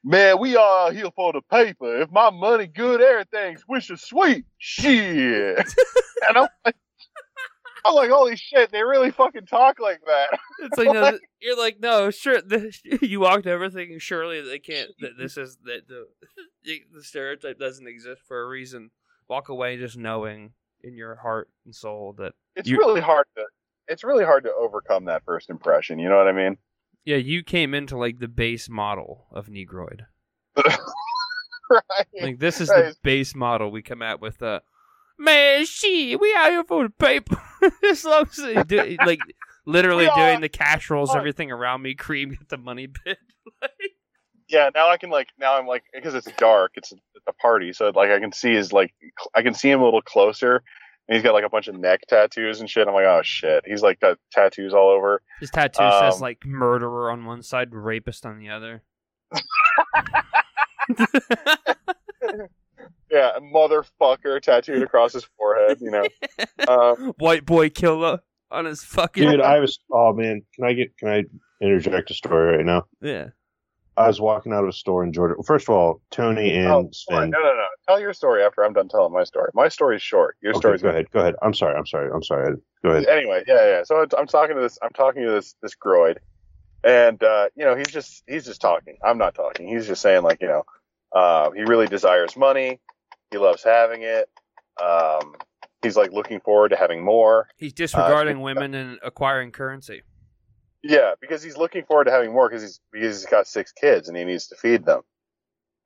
"Man, we all out here for the paper. If my money good, everything's wish is sweet. Shit." and I'm like, I'm like, "Holy shit! They really fucking talk like that." *laughs* It's like no, th- you're like no, sure. This, *laughs* you walked over thinking surely they can't. *laughs* That this is that the *laughs* the stereotype doesn't exist for a reason. Walk away just knowing in your heart and soul that It's You- really hard to it's really hard to overcome that first impression. You know what I mean? *laughs* yeah, you came into like the base model of Negroid. right? Like this is Right. the base model we come out with. Uh, man, she we out here for the paper. *laughs* as long as they do, like *laughs* literally We doing are- the cash rolls, are- everything around me, cream get the money *laughs* bit. like, Yeah, now I can like now I'm like because it's dark, it's at the party, so like I can see his like cl- I can see him a little closer, and he's got like a bunch of neck tattoos and shit. I'm like, oh shit, he's like got tattoos all over. His tattoo says Um, like murderer on one side, rapist on the other. *laughs* Yeah, motherfucker tattooed across his forehead. You know, uh, White boy killer on his fucking Dude, I was. Oh man, can I get? Can I interject a story right now? *laughs* yeah. I was walking out of a store in Georgia. First of all, Tony and oh, hold on, Sven. no, no, no. Tell your story after I'm done telling my story. My story's short. Your Okay, story's go ahead. Go ahead. I'm sorry. I'm sorry. I'm sorry. Go ahead. anyway, yeah, yeah. So I'm- I'm talking to this. I'm talking to this this groid, and uh, you know he's just he's just talking. I'm not talking. He's just saying like you know uh, he really desires money. He loves having it. Um, he's like looking forward to having more. He's disregarding women and acquiring currency. *laughs* Yeah, because he's looking forward to having more because he's because he's got six kids and he needs to feed them.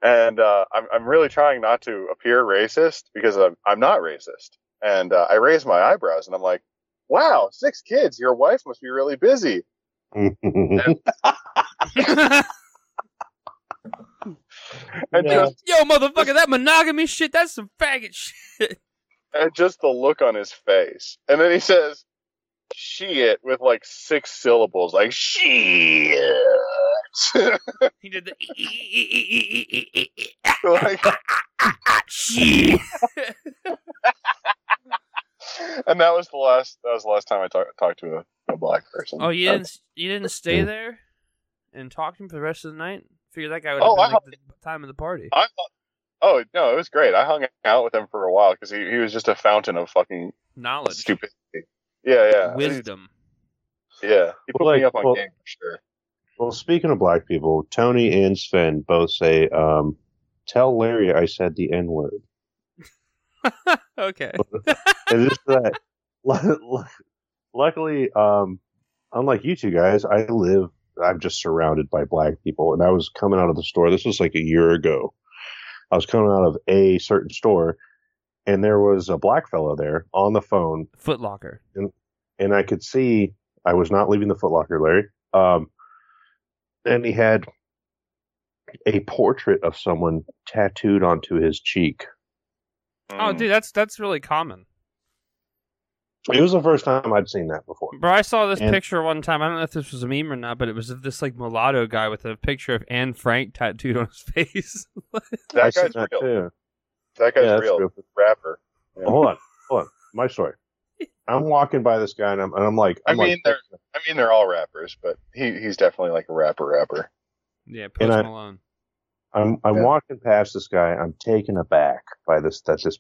And uh, I'm I'm really trying not to appear racist because I'm I'm not racist. And uh, I raise my eyebrows and I'm like, "Wow, six kids! Your wife must be really busy." *laughs* Yo, And Yeah. just motherfucker, that monogamy shit, that's some faggot shit. and just the look on his face. And then he says, "Shit" with like six syllables, like "shit." *laughs* He did e, the *laughs* like, *laughs* shit. and that was the last. That was the last time I talk, talked to a, a black person. Oh, you didn't you didn't stay there and talk to him for the rest of the night? Figure that guy would have Oh, been I like the time of the party. I, oh no, it was great. I hung out with him for a while because he, he was just a fountain of fucking Knowledge. stupidity. Yeah, yeah, Wisdom. yeah. He put Well, like, me up on well- game for sure. well, speaking of black people, Tony and Sven both say, um, "Tell Larry I said the N word." *laughs* okay. And just that. *laughs* lu- lu- Luckily, um, unlike you two guys, I live. I'm just surrounded by black people, and I was coming out of the store. This was like a year ago. I was coming out of a certain store, and there was a black fellow there on the phone, Footlocker. and I could see I was not leaving the Footlocker, Larry. Um, and he had a portrait of someone tattooed onto his cheek. Oh, Mm. dude, that's that's really common. It was the first time I'd seen that before. Bro, I saw this And- picture one time. I don't know if this was a meme or not, but it was of this like mulatto guy with a picture of Anne Frank tattooed on his *laughs* face. I that seen guy's that real. too. That guy's Yeah, that's real. real. Rapper. Yeah. hold on, hold on. *laughs* My story. I'm walking by this guy and I'm and I'm like, I I'm like, mean, they're- I mean, they're all rappers, but he, he's definitely like a rapper rapper. yeah, Post And I- Malone. I'm I'm Yeah. walking past this guy. I'm taken aback by this that this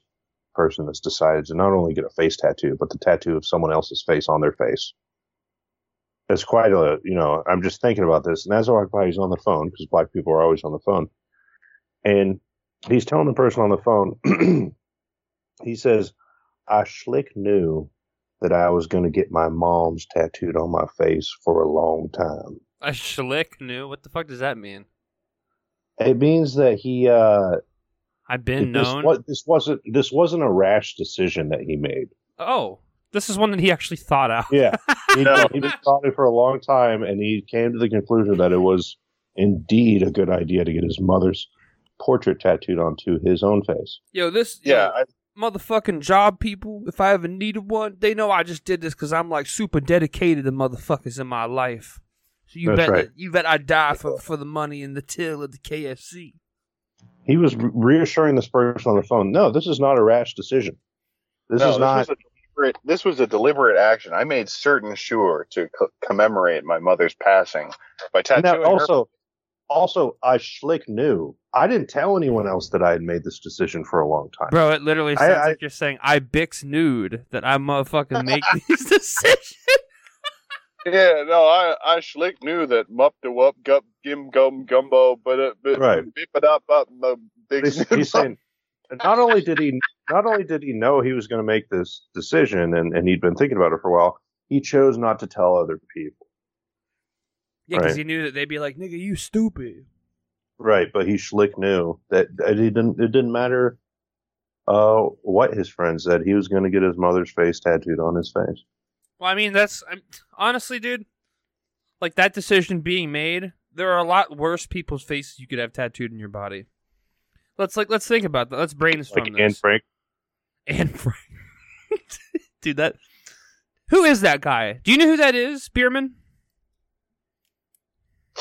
person that's decided to not only get a face tattoo, but the tattoo of someone else's face on their face. It's quite a, you know, I'm just thinking about this. And as everybody's on the phone, because black people are always on the phone, and he's telling the person on the phone, *clears throat* he says, I slick knew that I was going to get my mom's tattooed on my face for a long time. A schlick new? What the fuck does that mean? It means that he, uh, I've been this, known. wa- this wasn't this wasn't a rash decision that he made. Oh, this is one that he actually thought out. *laughs* *laughs* Yeah, he, he was thought it for a long time, and he came to the conclusion that it was indeed a good idea to get his mother's portrait tattooed onto his own face. Yo, this Yeah, yo, motherfucking job people. If I ever needed one, they know I just did this because I'm like super dedicated to motherfuckers in my life. So you That's bet right. you bet I die for for the money and the till of the KFC. He was re- reassuring this person on the phone, "No, this is not a rash decision. This No, is not." Was a deliberate, this was a deliberate action. I made certain sure to co- commemorate my mother's passing by and tattooing that also, also, I schlick knew I didn't tell anyone else that I had made this decision for a long time. Bro, it literally I- sounds I- like you're saying I bix nude that I motherfucking *laughs* make these decisions. her. Yeah, no, I, I schlick knew that mup de wup gup gim gum gumbo but it but Right. bip it up up the big *laughs* he's, he's saying not only did he not only did he know he was going to make this decision and, and he'd been thinking about it for a while he chose not to tell other people *laughs* Yeah, because Right. he knew that they'd be like, "Nigga, you stupid." right but he schlick knew that that it didn't it didn't matter uh what his friend said he was going to get his mother's face tattooed on his face Well, I mean, that's I'm, honestly, dude. Like that decision being made, there are a lot worse people's faces you could have tattooed in your body. Let's like let's think about that. Let's brainstorm like Anne this. Frank And Frank, *laughs* dude, that who is that guy? Do you know who that is, Bierman?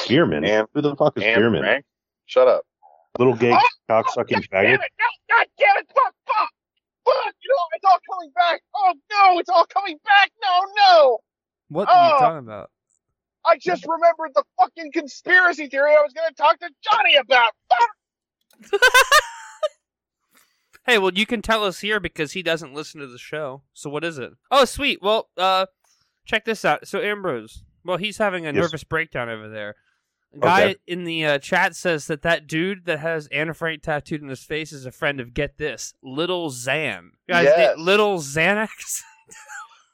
Bierman Anne- who the fuck is Bierman Frank, shut up. little *laughs* gay cocksucking faggot No, God damn it! Fuck! Fuck! Fuck! You know it's all coming back. Oh no! It's all coming back. No! No! What are you Oh! talking about? I just remembered the fucking conspiracy theory I was going to talk to Johnny about. Fuck! Hey, well, you can tell us here because he doesn't listen to the show. So what is it? Oh, sweet. Well, uh, check this out. So Ambrose, well, he's having a Yes. nervous breakdown over there. A guy Okay. in the uh, chat says that that dude that has Anna Frank tattooed on his face is a friend of get this Little Zan. Guys, Yes. Little Xanax. *laughs*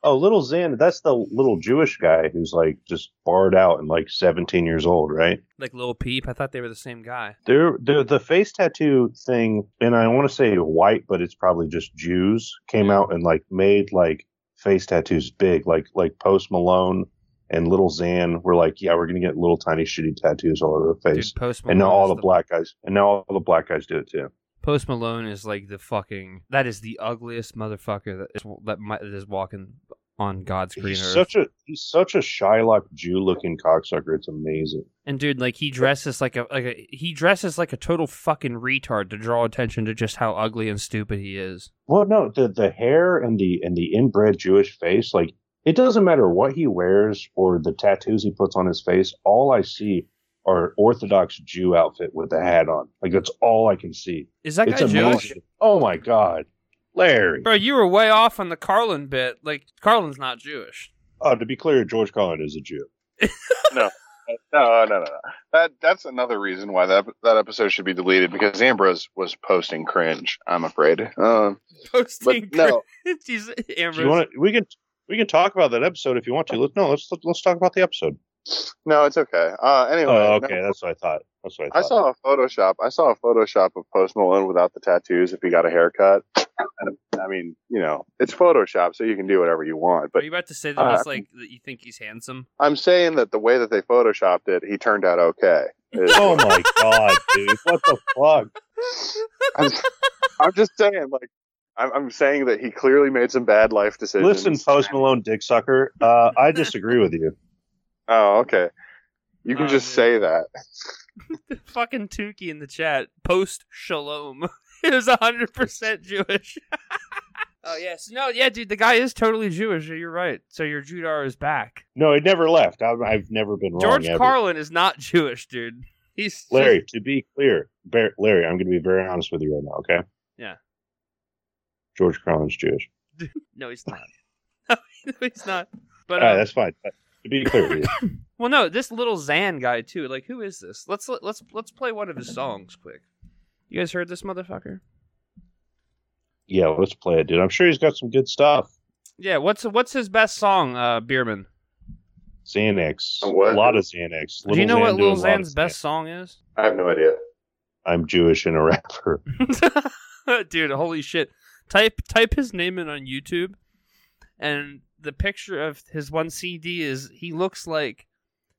oh little Xan that's the little Jewish guy who's like just barred out and like 17 years old right like Little Peep. I thought they were the same guy. There, there, the face tattoo thing, and I want to say white, but it's probably just Jews Mm-hmm. came out and like made like face tattoos big, like like Post Malone and Little Xan were like, yeah, we're gonna get little tiny shitty tattoos all over their face, Dude, Post Malone. and now all is the black guys, and now all the black guys do it too. Post Malone is like the fucking. That is the ugliest motherfucker that is that, might, that is walking on God's green He's earth. such a he's such a Shylock Jew looking cocksucker. It's amazing. And dude, like he dresses like a like a, he dresses like a total fucking retard to draw attention to just how ugly and stupid he is. Well, no, the the hair and the and the inbred Jewish face, like it doesn't matter what he wears or the tattoos he puts on his face. All I see are Orthodox Jew outfit with a hat on. Like that's all I can see. Is that it's guy amazing. Jewish? Oh my god, Larry. Bro, you were way off on the Carlin bit. Like Carlin's not Jewish. *laughs* Uh, to be clear, George Collin is a Jew. No, no, no, no. That that's another reason why that that episode should be deleted because Ambrose was posting cringe. I'm afraid. Um, Posting but no, *laughs* He's If Ambrose. you want, we can we can talk about that episode if you want to. Let's no, let's let's talk about the episode. no, it's okay. Uh, anyway, Oh, no. okay, that's what I thought. That's what I I thought. saw a Photoshop. I saw a Photoshop of Post Malone without the tattoos if he got a haircut. And, I mean, you know, it's Photoshop, so you can do whatever you want. Are But you about to say that Uh, he's like that you think he's handsome? *laughs* I'm saying that the way that they photoshopped it, he turned out *laughs* okay. oh my god, dude, what the fuck? *laughs* I'm, I'm just saying, like, I'm, I'm saying that he clearly made some bad life decisions. Listen, Post Malone, dick sucker. Uh, I disagree with you. Oh, okay. You can Oh, just dude. say that. fucking Tukey in the chat. Post Shalom. *laughs* It was hundred percent Jewish. *laughs* oh yes, no, yeah, dude, the guy is totally Jewish. You're right. So your Judar is back. No, it never left. I, I've never been wrong. George ever. Carlin is not Jewish, dude. He's *laughs* Larry, to be clear, Bar- Larry, I'm going to be very honest with you right now, okay? Yeah. George Carlin's Jewish. *laughs* No, he's not. *laughs* no, he's not. But All right, uh, that's fine. But to be clear, *laughs* he is. well, no, this little Zan guy too. Like, who is this? Let's let's let's play one of his songs quick. You guys heard this motherfucker? yeah, let's play it, dude. I'm sure he's got some good stuff. Yeah. What's what's his best song, uh, Bierman? Xanax, A what? a lot of Xanax. Do you Lil know Xan what doing Lil a lot of Xan's best song is? I have no idea. Xanax. I'm Jewish and a rapper. *laughs* *laughs* Dude, holy shit. Type type his name in on YouTube and the picture of his one CD is he looks like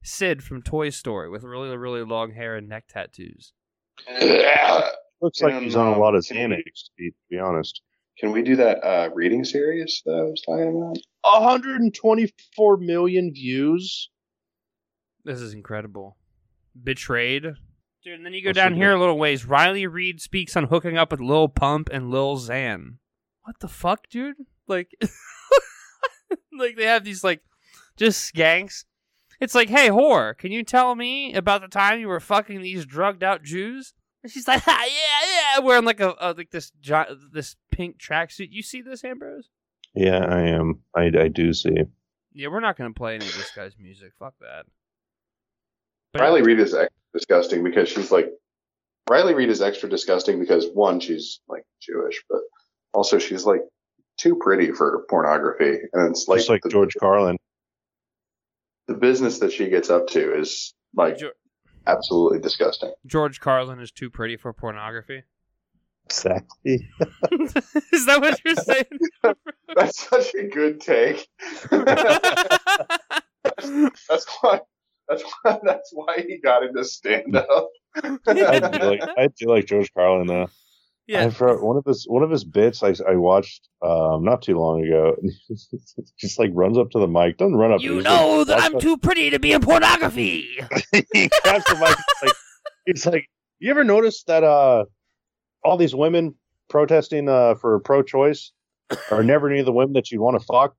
Sid from Toy Story with really really long hair and neck tattoos. Looks like Um, he's on a lot of can we- Xanax. To be, to be honest, Can we do that uh, reading series that I was talking about? 124 million views. This is incredible. Betrayed. Oh, Dude, and then you go That's down a here a little ways. Riley Reed speaks on hooking up with Lil Pump and Lil Xan. What the fuck, dude? Like *laughs* like they have these like just skanks. It's like, hey whore, can you tell me about the time you were fucking these drugged out Jews? And she's like, *laughs* "Ah, yeah, yeah, wearing like a, a like this gi- this pink tracksuit. You see this, Ambrose? Yeah, I am. I, I do see. Yeah, we're not gonna play any of this guy's music. Fuck that. But- Riley Reed is ex- disgusting because she's like Riley Reed is extra disgusting because one, she's like Jewish, but also she's like too pretty for pornography, and it's like, Just like the, George Carlin. the business that she gets up to is like Jo- absolutely disgusting. George Carlin is too pretty for *laughs* pornography. Exactly. is that what you're *laughs* saying? That's such a good take. that's why. That's why. That's why he got into stand up. I *laughs* do like I do like George Carlin though. *laughs* yeah. I've heard one of his one of his bits I, I watched um, not too long ago. *laughs* just like runs up to the mic, doesn't run up. You he's know like, that I'm walks too pretty to be in pornography. up- he grabs the *laughs* mic. It's like, it's like you ever notice that uh, all these women protesting uh, for pro-choice are never any of the women that you want to fuck.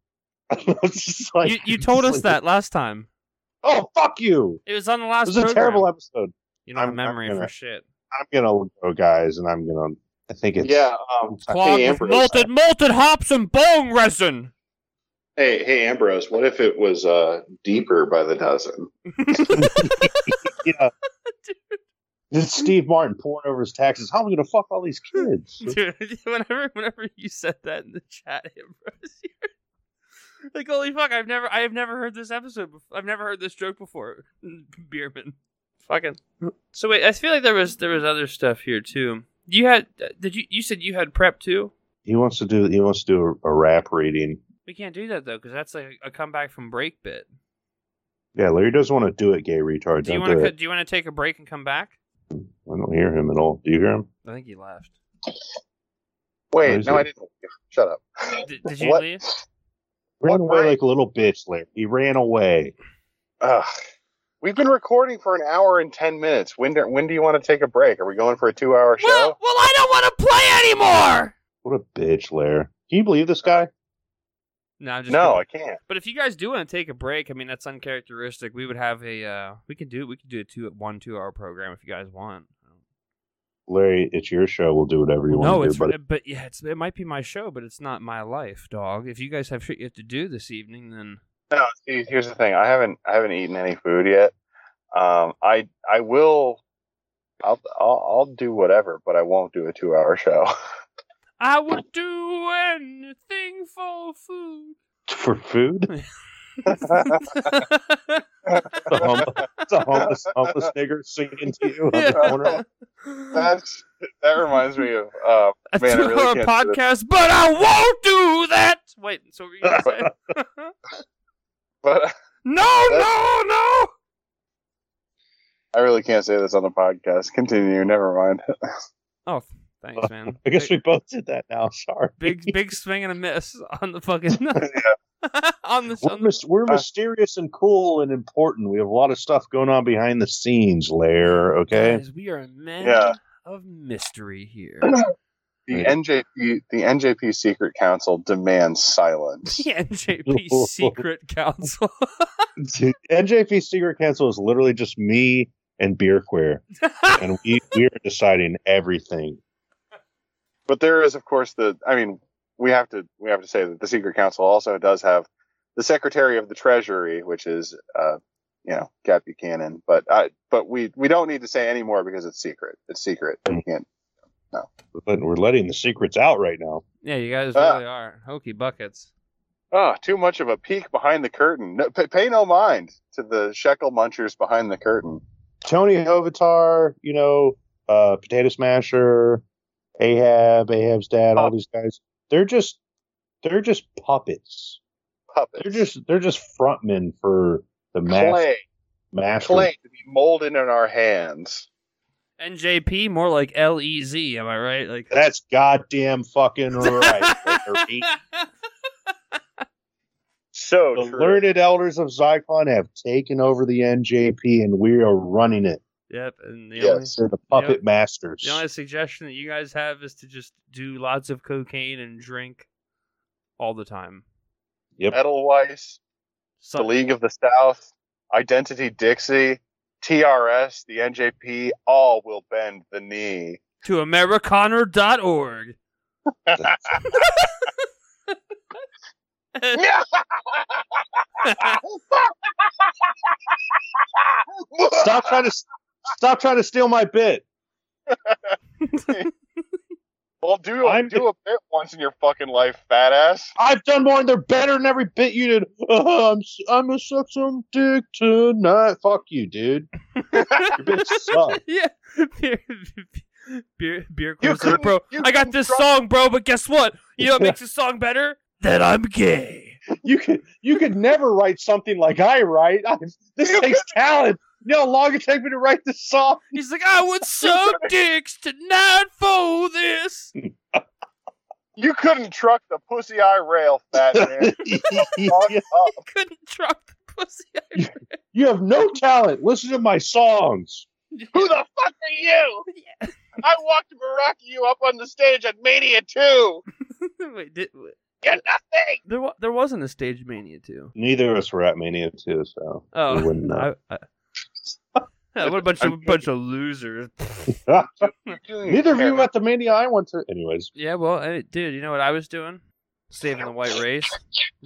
*laughs* It's just like- you, you told it's us *laughs* like, that last time. Oh fuck you! It was on the This last. is a terrible episode. You don't have I'm- I'm memory gonna- for shit. I'm gonna go, guys, and I'm gonna. I think it's yeah. Um, Clogged hey, with Ambrose. molted, molted hops and bone resin. Hey, hey, Ambrose. What if it was uh, deeper by the dozen? yeah. *laughs* Dude. This is Steve Martin pouring over his taxes. How am I going to fuck all these kids? *laughs* Dude, whenever whenever you said that in the chat, *laughs* Ambrose, you're- *laughs* like holy fuck, I've never I have never heard this episode. Before. I've never heard this joke before. *laughs* Beerman, fucking. So wait, I feel like there was there was other stuff here too. You had did you you said you had prep too? He wants to do. He wants to do a, a rap reading. We can't do that though because that's like a comeback from break bit. Yeah, Larry doesn't want to do it. Gay retard. Do you Don't want do to it. do you want to take a break and come back? I don't hear him at all. Do you hear him? I think he left. Where Wait, is no, it? I didn't. Shut up. Did, did you What? leave? Ran What away break? like a little bitch, Larry. He ran away. Ugh. We've been recording for an hour and ten minutes. When do, when do you want to take a break? Are we going for a two-hour show? Well, well, I don't want to play anymore. What a bitch, Larry. Can you believe this guy? No, I'm just no, I kidding. can't. But if you guys do want to take a break, I mean that's uncharacteristic. We would have a uh, we could do we could do a two one two hour program if you guys want. Larry, it's your show. We'll do whatever you no, want it's to do. But but yeah, it's, it might be my show, but it's not my life, dog. If you guys have shit you have to do this evening, then No, see, here's the thing. I haven't I haven't eaten any food yet. Um, I I will. I'll, I'll I'll do whatever, but I won't do a two-hour show. *laughs* I would do anything for *laughs* food. *laughs* *laughs* for food, the hum- it's a homeless, homeless nigger singing to you on the corner. That's that reminds me of. Uh, a Man, I really two-hour can't do podcast, but I won't do that. Wait, so what *laughs* were you gonna say? *laughs* *laughs* but no, no, no. I really can't say this on the podcast. Continue. Never mind. Oh, *laughs* thanks, man. I guess we both did that now. Sorry. *laughs* big big swing and a miss on the fucking *laughs* on the We're, on the- mys- we're Uh, mysterious and cool and important. We have a lot of stuff going on behind the scenes, Lair. Okay, Guys, we are men Yeah. of mystery *laughs* here. *laughs* The Right. NJP the NJP Secret Council demands silence. The *laughs* NJP Secret Council. *laughs* Dude, NJP Secret Council is literally just me and Beer Queer, and *laughs* we we are deciding everything. But there is, of course, the. I mean, we have to we have to say that the Secret Council also does have the Secretary of the Treasury, which is uh, you know Cat Buchanan. But I, but we we don't need to say any more because it's secret. It's secret. Mm-hmm. You can't. But we're letting the secrets out right now. Yeah, you guys Ah. really are hokey buckets. Ah, too much of a peek behind the curtain. No, pay, pay no mind to the shekel munchers behind the curtain. Tony Hovatar, you know, uh, Potato Smasher, Ahab, Ahab's dad, Oh. all these guys. They're just they're just puppets. Puppets. They're just they're just frontmen for the mass clay, master. clay to be molded in our hands. NJP, more like L E Z. Am I right? Like That's goddamn fucking right. *laughs* E Larry. So the true. learned elders of Zyklon have taken over the NJP, and we are running it. yep. And the only Yes, they're the puppet Yep. masters. the only suggestion that you guys have is to just do lots of cocaine and drink all the time. Edelweiss, the Some- League of the South, Identity Dixie, TRS, the NJP, all will bend the knee. to americaner.org. Stop trying to stop trying to steal my bit. *laughs* Well, do I'm- do a bit once in your fucking life, fat ass. I've done more, and they're better than every bit you did. *laughs* Uh, I'm s- I'm gonna suck some dick tonight. Fuck you, dude. Your bit sucks. yeah. Beer, *laughs* beer, beer You Club said, couldn't- bro. you I got couldn't this drop- song, bro, but guess what? You know what makes this song better? That I'm gay. You could you could never write something like I write. I, this takes talent. You know how long it take me to write this song? *laughs* He's like, I would suck dicks tonight for this. *laughs* You couldn't truck the pussy eye rail, *laughs* fat man. Fuck you up. Couldn't drop the pussy. have no talent. Listen to my songs. Who the fuck are you? I walked Baraki you up on the stage at Mania 2. *laughs* Wait, did, You're nothing. there, wa- there wasn't a stage mania too. Neither of us were at Mania too, so we Oh, wouldn't know. I, I, Yeah, *laughs* what a bunch of bunch of losers. Neither of you went to Mania I went to. Anyways, Yeah, well, hey, dude, you know what I was doing? Saving the white race,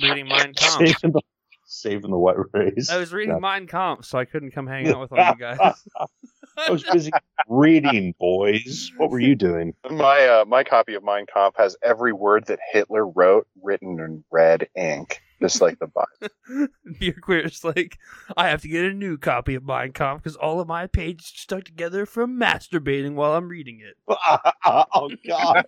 reading Mein Kampf. saving the saving the white race. I was reading No, Mein Kampf, so I couldn't come hang out with all you guys. *laughs* *laughs* I was busy reading, boys. What were you doing? *laughs* My uh, my copy of Mein Kampf has every word that Hitler wrote written in red ink, just like the Bible. Beer queer's like, I have to get a new copy of Mein Kampf because all of my pages are stuck together from masturbating while I'm reading it. *laughs* oh God,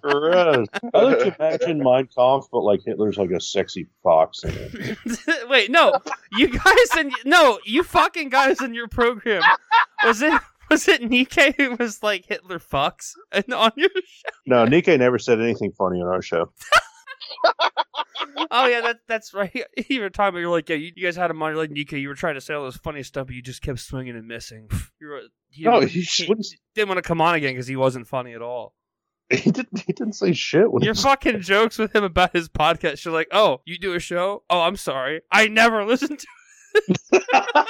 gross! I like to imagine Mein Kampf, but like Hitler's like a sexy fox. In it. Wait, no, you guys and *laughs* no, you fucking guys in your program was it was it Nikkei who was like Hitler fucks and on your *laughs* No, Nikkei never said anything funny on our show. Oh yeah, that that's right. *laughs* You were talking about you're like yeah, you, you guys had a money like Nika. You were trying to say all this funny stuff, but you just kept swinging and missing. *laughs* You were, he No, didn't, he just wouldn't. didn't want to come on again because he wasn't funny at *laughs* all. He didn't. He didn't say shit. When Your he- fucking jokes with him about his podcast. You're like, oh, you do a show? Oh, I'm sorry, I never *laughs* listened to.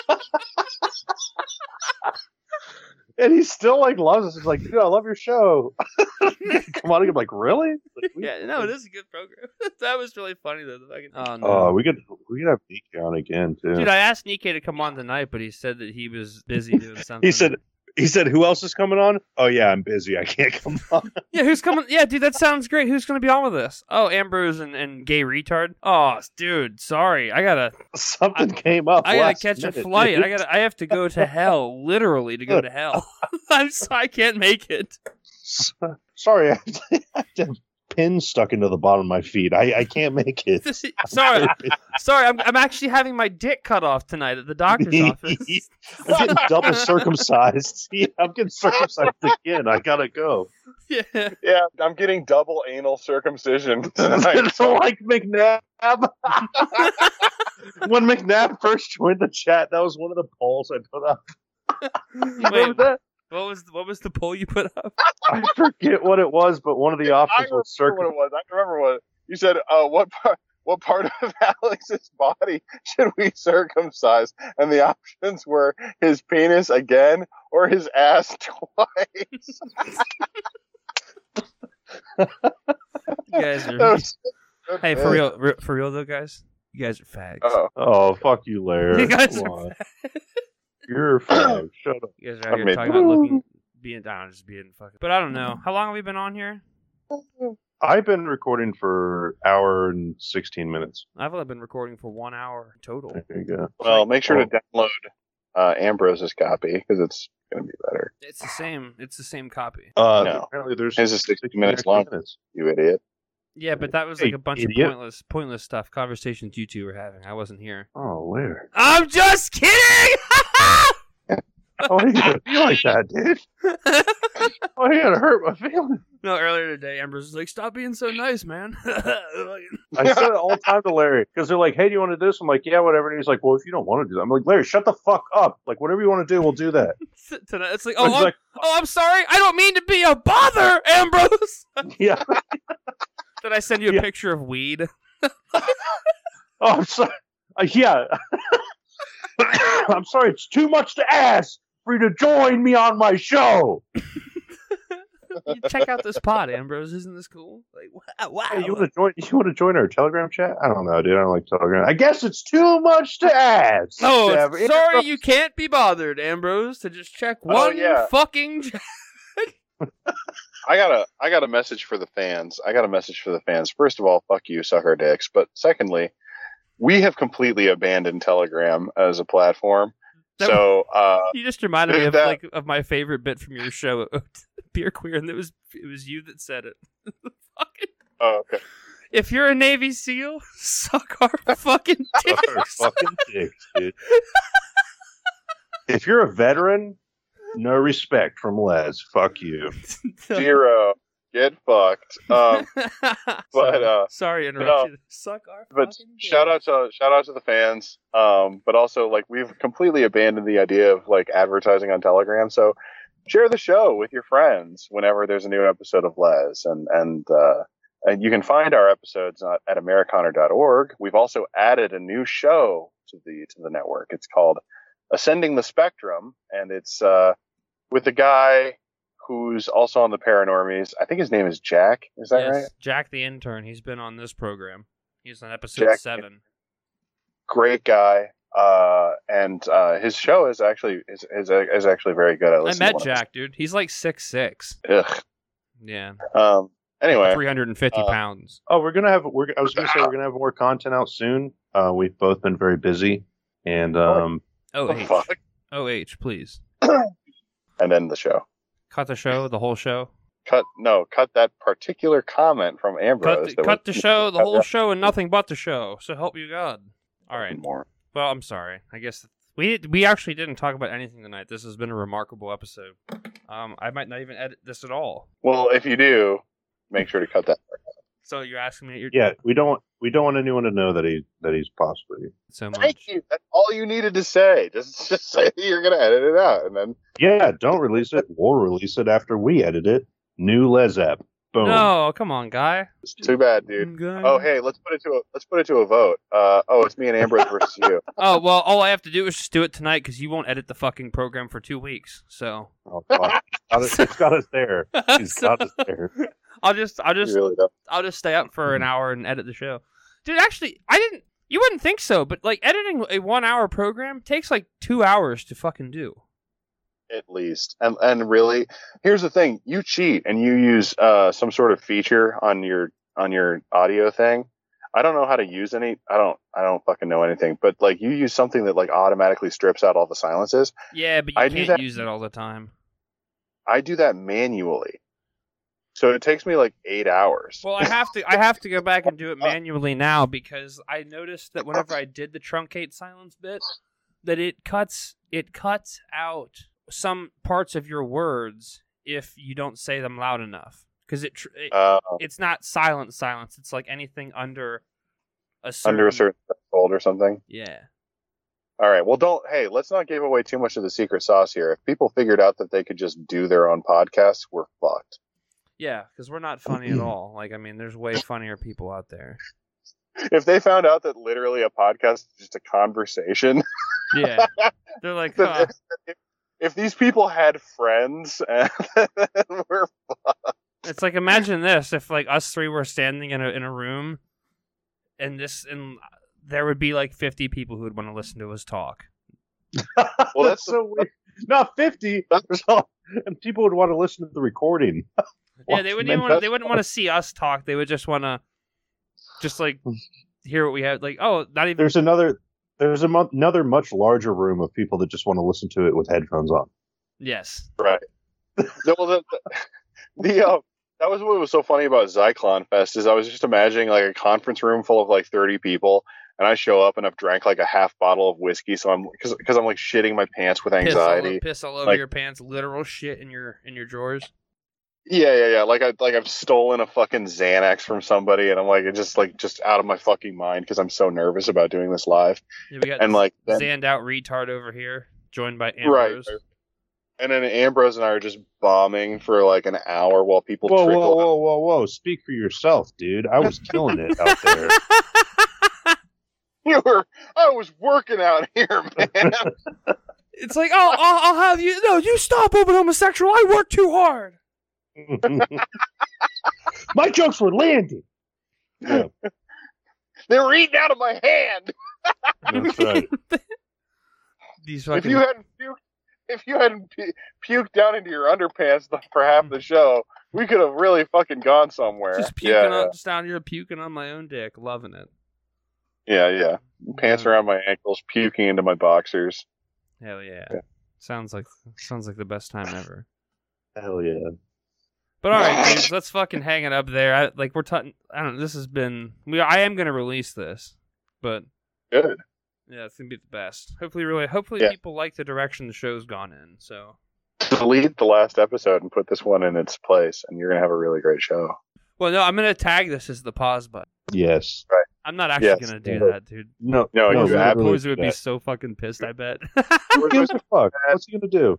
and he still like loves us. He's like, dude, I love *laughs* your show. Come on, I'm like, really? Like, we- Yeah, no, it is a good program. *laughs* that was really funny though. The fucking oh no. Oh, we could we could have Nikkei on again too. Dude, I asked Nikkei to come on tonight, but he said that he was busy *laughs* doing something. he said. He said, "Who else is coming on?" Oh yeah, I'm busy. I can't come on. *laughs* Yeah, who's coming? Yeah, dude, that sounds great. Who's going to be on with us? Oh, Ambrose and, and gay retard. Oh, dude, sorry, I gotta, Something came up. I gotta last catch a minute, flight. dude. I gotta, I have to go to hell, literally to go to *laughs* hell. *laughs* I'm, so, I can't make it. *laughs* Sorry, I have to pin stuck into the bottom of my feet. I, I can't make it. *laughs* sorry, sorry, I'm, I'm actually having my dick cut off tonight at the *laughs* doctor's office. I'm getting double circumcised. *laughs* Yeah, I'm getting circumcised again. I gotta go. Yeah, Yeah, I'm getting double anal circumcision tonight. It's *laughs* like McNabb. *laughs* when McNabb first joined the chat, that was one of the polls I put up. You Wait, remember that? what was what was the poll you put *laughs* up? I forget what it was, but one of the I options remember was what circum. it was. I remember what you said. Uh, what part? What part of *laughs* Alex's body should we circumcise? And the options were his penis *laughs* again or his ass twice. You guys *laughs* are. That's- hey, for real, re- for real though, guys, you guys are fags. Oh, Oh, fuck you, Larry. You guys Come are on. *coughs* You're fine. Shut up. You guys are out here Okay. talking about looking, being down, just being fucking. But I don't know. How long have we been on here? I've been recording for hour and 16 minutes. I've only been recording for one hour total. There you go. well, make sure to download uh, Ambrose's copy because it's going to be better. It's the same. It's the same copy. Uh, No. Apparently there's This is 60 minutes long, minutes. you idiot. Yeah, but that was Hey, like a bunch idiot. of pointless, pointless stuff. Conversations you two were having. I wasn't here. Oh, Larry. I'm just kidding. *laughs* Oh, you gotta *laughs* be like *laughs* that, dude. Oh, you gotta hurt my feelings. no, earlier today, Amber's was like, "Stop being so nice, man." *laughs* I said it all the time to Larry because they're like, "Hey, do you want to do this?" I'm like, "Yeah, whatever." And he's like, "Well, if you don't want to do that," I'm like, "Larry, shut the fuck up! Like, whatever you want to do, we'll do that." Tonight, it's like, He's "Oh, I'm, like, oh, I'm sorry. I don't mean to be a bother, Ambrose." *laughs* "Yeah, Did I send you a Yeah. picture of weed? oh, I'm sorry. Uh, yeah, *coughs* I'm sorry. It's too much to ask for you to join me on my show. *laughs* You check out this *laughs* pod, Ambrose. Isn't this cool? Like, wow, wow. *laughs* Hey, you want to join? You want to join our Telegram chat? I don't know, dude. I don't like Telegram. I guess it's too much to ask. No, to have it's- Oh, sorry, you can't be bothered, Ambrose, to just check Oh, one yeah. fucking. *laughs* j- I got a I got a message for the fans. I got a message for the fans. First of all, fuck you, sucker dicks. But secondly, we have completely abandoned Telegram as a platform. That- so uh, *laughs* You just *laughs* reminded me Dude, of that- like of my favorite bit from your show, *laughs* Beer Queer, and it was it was you that said it. *laughs* Fucking- oh, okay. *laughs* if you're a Navy SEAL, *laughs* suck our fucking Sucker dicks. fucking dicks, dude. if you're a veteran, no respect from Les. Fuck you. *laughs* zero, get fucked. Um, but uh, sorry, to interrupt no. you. Suck our. but fucking shout dicks. out to shout out to the fans. Um, but also like we've completely abandoned the idea of like advertising on Telegram. So share the show with your friends whenever there's a new episode of Les, and and uh, and you can find our episodes on- at americonder.org. We've also added a new show to the to the network. It's called Ascending the Spectrum, and it's uh, with a guy who's also on the Paranormies. I think his name is Jack. Is that Yes, right? Jack the intern. He's been on this program. He's on episode Jack- seven. great guy. Uh, and uh, his show is actually is, is is actually very good. I, I listened to met one of Jack, dude. He's like six six. his- Ugh. Yeah. Um. Anyway, Three hundred and fifty uh, pounds. Oh, we're gonna have. We're, I was gonna say we're gonna have more content out soon. Uh, we've both been very busy, and um, Oh, what the fuck? OH, please. And end the show. Cut the show, the whole show. Cut no. Cut that particular comment from Cut Ambrose. the, that cut the was- show, the cut *laughs* whole that show, and nothing but the show. So help you God. All right. more. Well, I'm sorry. I guess we we actually didn't talk about anything tonight. This has been a remarkable episode. Um, I might not even edit this at all. Well, if you do, make sure to cut that. So you're asking me? You're yeah, we don't we don't want anyone to know that he that he's possibly. so Thank much. you. That's all you needed to say. Just *laughs* just say that you're gonna edit it out, and then Yeah, don't release it. We'll release it after we edit it. New Les app. Boom. No, come on, guy. it's too bad, dude. Guy. Oh hey, let's put it to a let's put it to a vote. Uh, oh, it's me and Ambrose versus you. Oh well, all I have to do is just do it tonight because you won't edit the fucking program for two weeks. *laughs* So, Oh, fuck. Got us- he's got us *laughs* there. He's So, got us there. I'll just I'll *laughs* just you really don't. I'll just stay up for an hour and edit the show. Dude, actually, I didn't. You wouldn't think so, but like editing a one-hour program takes like two hours to fucking do. at least and and really here's the thing you cheat and you use uh some sort of feature on your on your audio thing i don't know how to use any i don't i don't fucking know anything but like you use something that like automatically strips out all the silences Yeah, but you I do can't that- use that all the time. i do that manually so it takes me like eight hours Well, I have to I have to go back and do it manually now because I noticed that whenever I did the truncate silence bit, that it cuts it cuts out some parts of your words if you don't say them loud enough because it, tr- it uh, it's not silent silence. It's like anything under a certain, under a certain threshold or something yeah. all right well don't hey let's not give away too much of the secret sauce here if people figured out that they could just do their own podcasts we're fucked Yeah, because we're not funny *clears throat* at all. Like, I mean, there's way funnier people *laughs* out there. if they found out that literally a podcast is just a conversation *laughs* Yeah, they're like, huh, if these people had friends, and *laughs* we're It's like imagine this if like us three were standing in a in a room, and this and there would be like fifty people who would want to listen to us talk. well, that's *laughs* so weird. Not fifty. There's all- and people would want to listen to the recording. yeah, they wouldn't even want. They wouldn't want to see us talk. They would just want to, just like, hear what we have. Like, oh, not even. There's another. There's a mo- another much larger room of people that just want to listen to it with headphones on. Yes. No, well, the, the, the, uh, that was what was so funny about Zyklon Fest is I was just imagining like a conference room full of like 30 people, and I show up and I've drank like a half bottle of whiskey, so I'm because I'm like shitting my pants with Piss all, anxiety. piss all over Like- your pants, literal shit in your in your drawers. Yeah, yeah, yeah. Like I like I've stolen a fucking Xanax from somebody, and I'm like it's just like just out of my fucking mind because I'm so nervous about doing this live. Yeah, we got And like then, zanned out retard over here, joined by Right, Ambrose. right. and then Ambrose and I are just bombing for like an hour while people Whoa, trickle. whoa, out. *laughs* whoa, whoa, whoa! Speak for yourself, dude. I was killing it out there. You were I was working out *laughs* here, man. It's like, oh, I'll, I'll have you. No, you stop open homosexual. I work too hard. *laughs* My jokes were landing. Yeah, they were eating out of my hand. that's right. These If fucking. you hadn't puked, if you hadn't pu- puked down into your underpants the, for half the show, we could have really fucking gone somewhere. just puking yeah, on, just down here puking on my own dick, loving it. yeah, yeah. Pants around my ankles, puking into my boxers. Hell yeah. Yeah. Sounds like sounds like the best time ever. Hell yeah. But all right, dudes, let's fucking hang it up there. I, like we're talking. I don't. know, This has been. We. I am gonna release this, but Good. yeah, it's gonna be the best. Hopefully, really. Hopefully, Yeah. people like the direction the show's gone in. So. Delete the last episode and put this one in its place, and you're gonna have a really great show. Well, no, I'm gonna tag this as the pause button. Yes. I'm not actually Yes. gonna do Yeah. that, dude. No. No, you literally absolutely Boys would be that. so fucking pissed. *laughs* I bet. Who gives a fuck? What's he gonna do?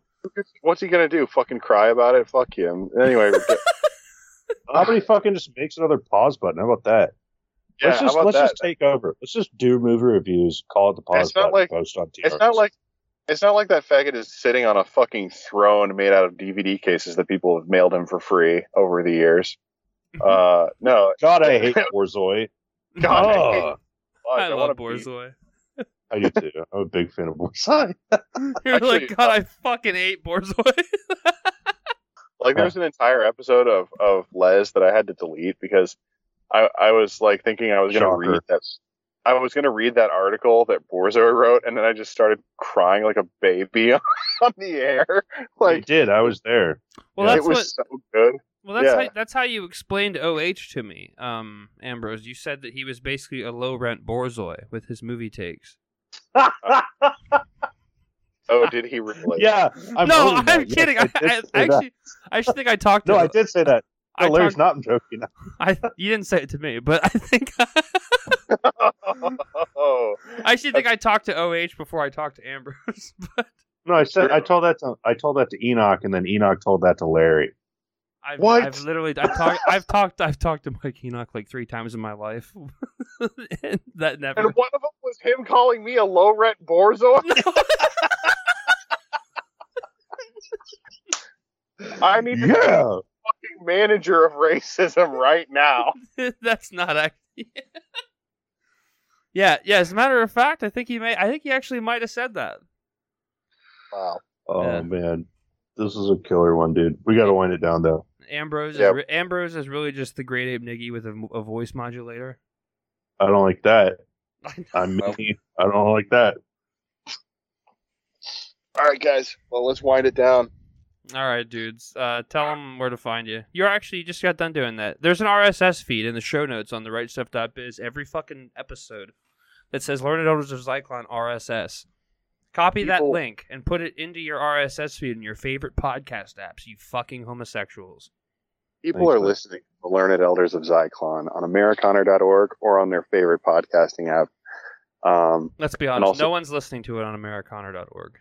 What's he gonna do? Fucking cry about it? Fuck him. Anyway, *laughs* How about he fucking just makes another pause button? How about that? yeah, let's how just about let's that? just take over. Let's just do movie reviews. Call it the pause It's not button. like- post on TRS. It's not like it's not like that faggot is sitting on a fucking throne made out of DVD cases that people have mailed him for free over the years. Mm-hmm. Uh, Oh. no, *laughs* God. I hate Borzoi. God, I hate- Oh, fuck, *laughs* I wanna love be- Borzoi. I do too. I'm a big fan of Borzoi. *laughs* You're Actually, uh like, God, I fucking hate Borzoi. Like there was an entire episode of of Les that I had to delete because I I was like thinking I was gonna Shocker. read that I was gonna read that article that Borzo wrote and then I just started crying like a baby *laughs* on the air. I *laughs* Like did. I was there. *laughs* well, Yeah. it that's was what. so good. Well, that's yeah. how, that's how you explained OH to me, um, Ambrose. You said that he was basically a low rent Borzoi with his movie takes. Oh, did he really? *laughs* *laughs* yeah. I'm no, owning I'm that. Yes, kidding. I, did I, say that. actually, I actually think I talked. No, to, I did *laughs* say that. I No, Larry's talked- not. I'm joking. I, you didn't say it to me, but I think *laughs* Oh. I actually think I talked to OH before I talked to Ambrose. *laughs* But No, I said I told that to I told that to Enoch, and then Enoch told that to Larry. I've, What? I've literally I've talked I've talked I've talked to Mike Enoch like three times in my life. *laughs* and that never. And one of them was him calling me a low rent *laughs* Borzo. I need to be the Yeah. fucking manager of racism right now. *laughs* That's not actually. *laughs* yeah, yeah. As a matter of fact, I think he may. I think he actually might have said that. Wow. Oh Yeah. man, this is a killer one, dude. We got to wind it down though. Ambrose Yeah. is re- Ambrose is really just the great Abe Niggy with a, m- a voice modulator. I don't like that. I know. I'm me. I don't like that. All right, guys. Well, let's wind it down. All right, dudes. Uh, tell them where to find you. You're actually you just got done doing that. There's an RSS feed in the show notes on the rightstuff.biz every fucking episode that says "Learned Elders of Zyklon RSS." Copy that People- link and put it into your RSS feed in your favorite podcast apps. You fucking homosexuals. People Thanks, are man. listening to the Learned Elders of Zyklon on Americana.org or on their favorite podcasting app. Um, Let's be And honest. also- no one's listening to it on Americana.org.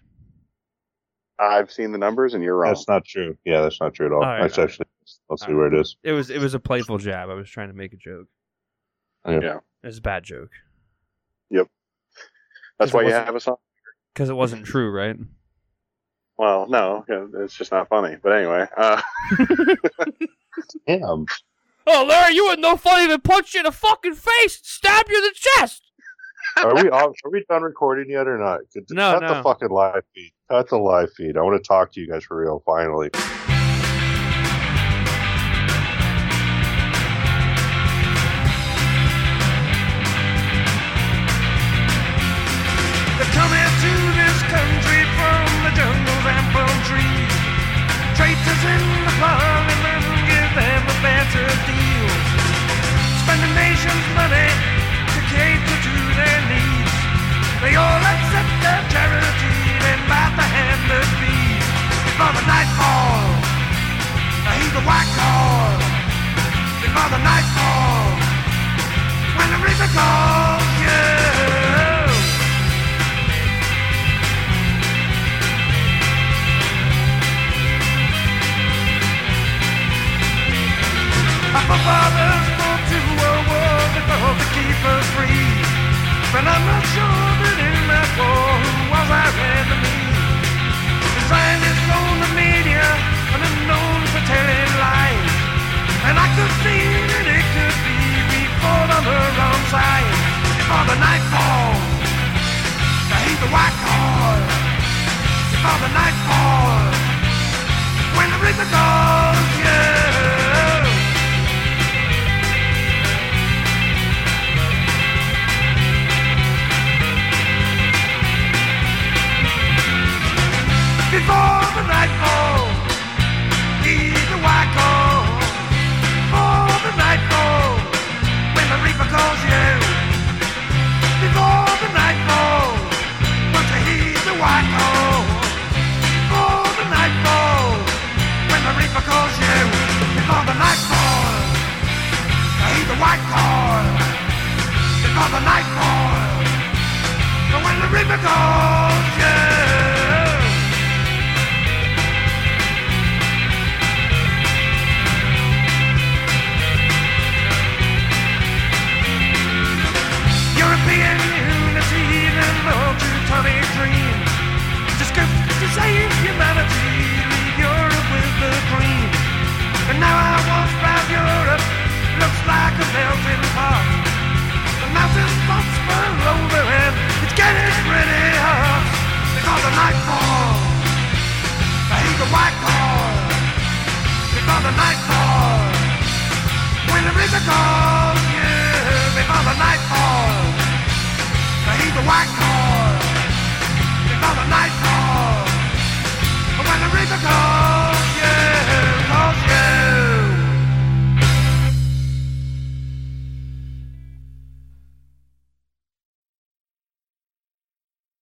I've seen the numbers, and you're wrong. That's not true. Yeah, that's not true at all. All right, that's all right. actually. Let's see All where it is. It was it was a playful jab. I was trying to make a joke. Yeah. Yeah. It was a bad joke That's why you wasn't- have us on. because it wasn't true, right? *laughs* Well, no, it's just not funny. But anyway, uh, *laughs* Damn. Oh, Larry, you wouldn't know funny if it punched you in the fucking face and stabbed you in the chest. Are we off, are we done recording yet or not? Could- No, cut no. the fucking live feed. Cut the live feed. I want to talk to you guys for real. Finally, They're coming to this country from the jungles and palm trees. Traitors in the parliament give them a better deal. Spend the nation's money to cater to their needs. They all accept their charity and bite the hand that feeds. Before the nightfall, I hear the white call. Before the nightfall, when the reaper calls, yeah. I'm a father born to a world that ought to keep us free. But I'm not sure that in my core who was our enemy. The scientists own the media and are known for telling lies. And I could see that it could be we fought on the wrong side. Before the night falls, I hate the white call. Before the night falls, when the reaper calls, yeah. before the night falls. Heed the white call before the night falls. When the reaper calls you, before the night falls. Won't you heed the white call before the night falls? When the reaper calls you, before the night falls. Heed the white call before the night falls. When the reaper calls you. European unity and more Teutonic dream. Just go to save humanity, leave Europe with the green. And now I walk round Europe, looks like a melting pot. The melting pot's well over and it's getting pretty hot. They call the nightfall, I hate the white call. They call the nightfall. When the river calls you before the nightfall, I hear the white call before the nightfall. When the river calls.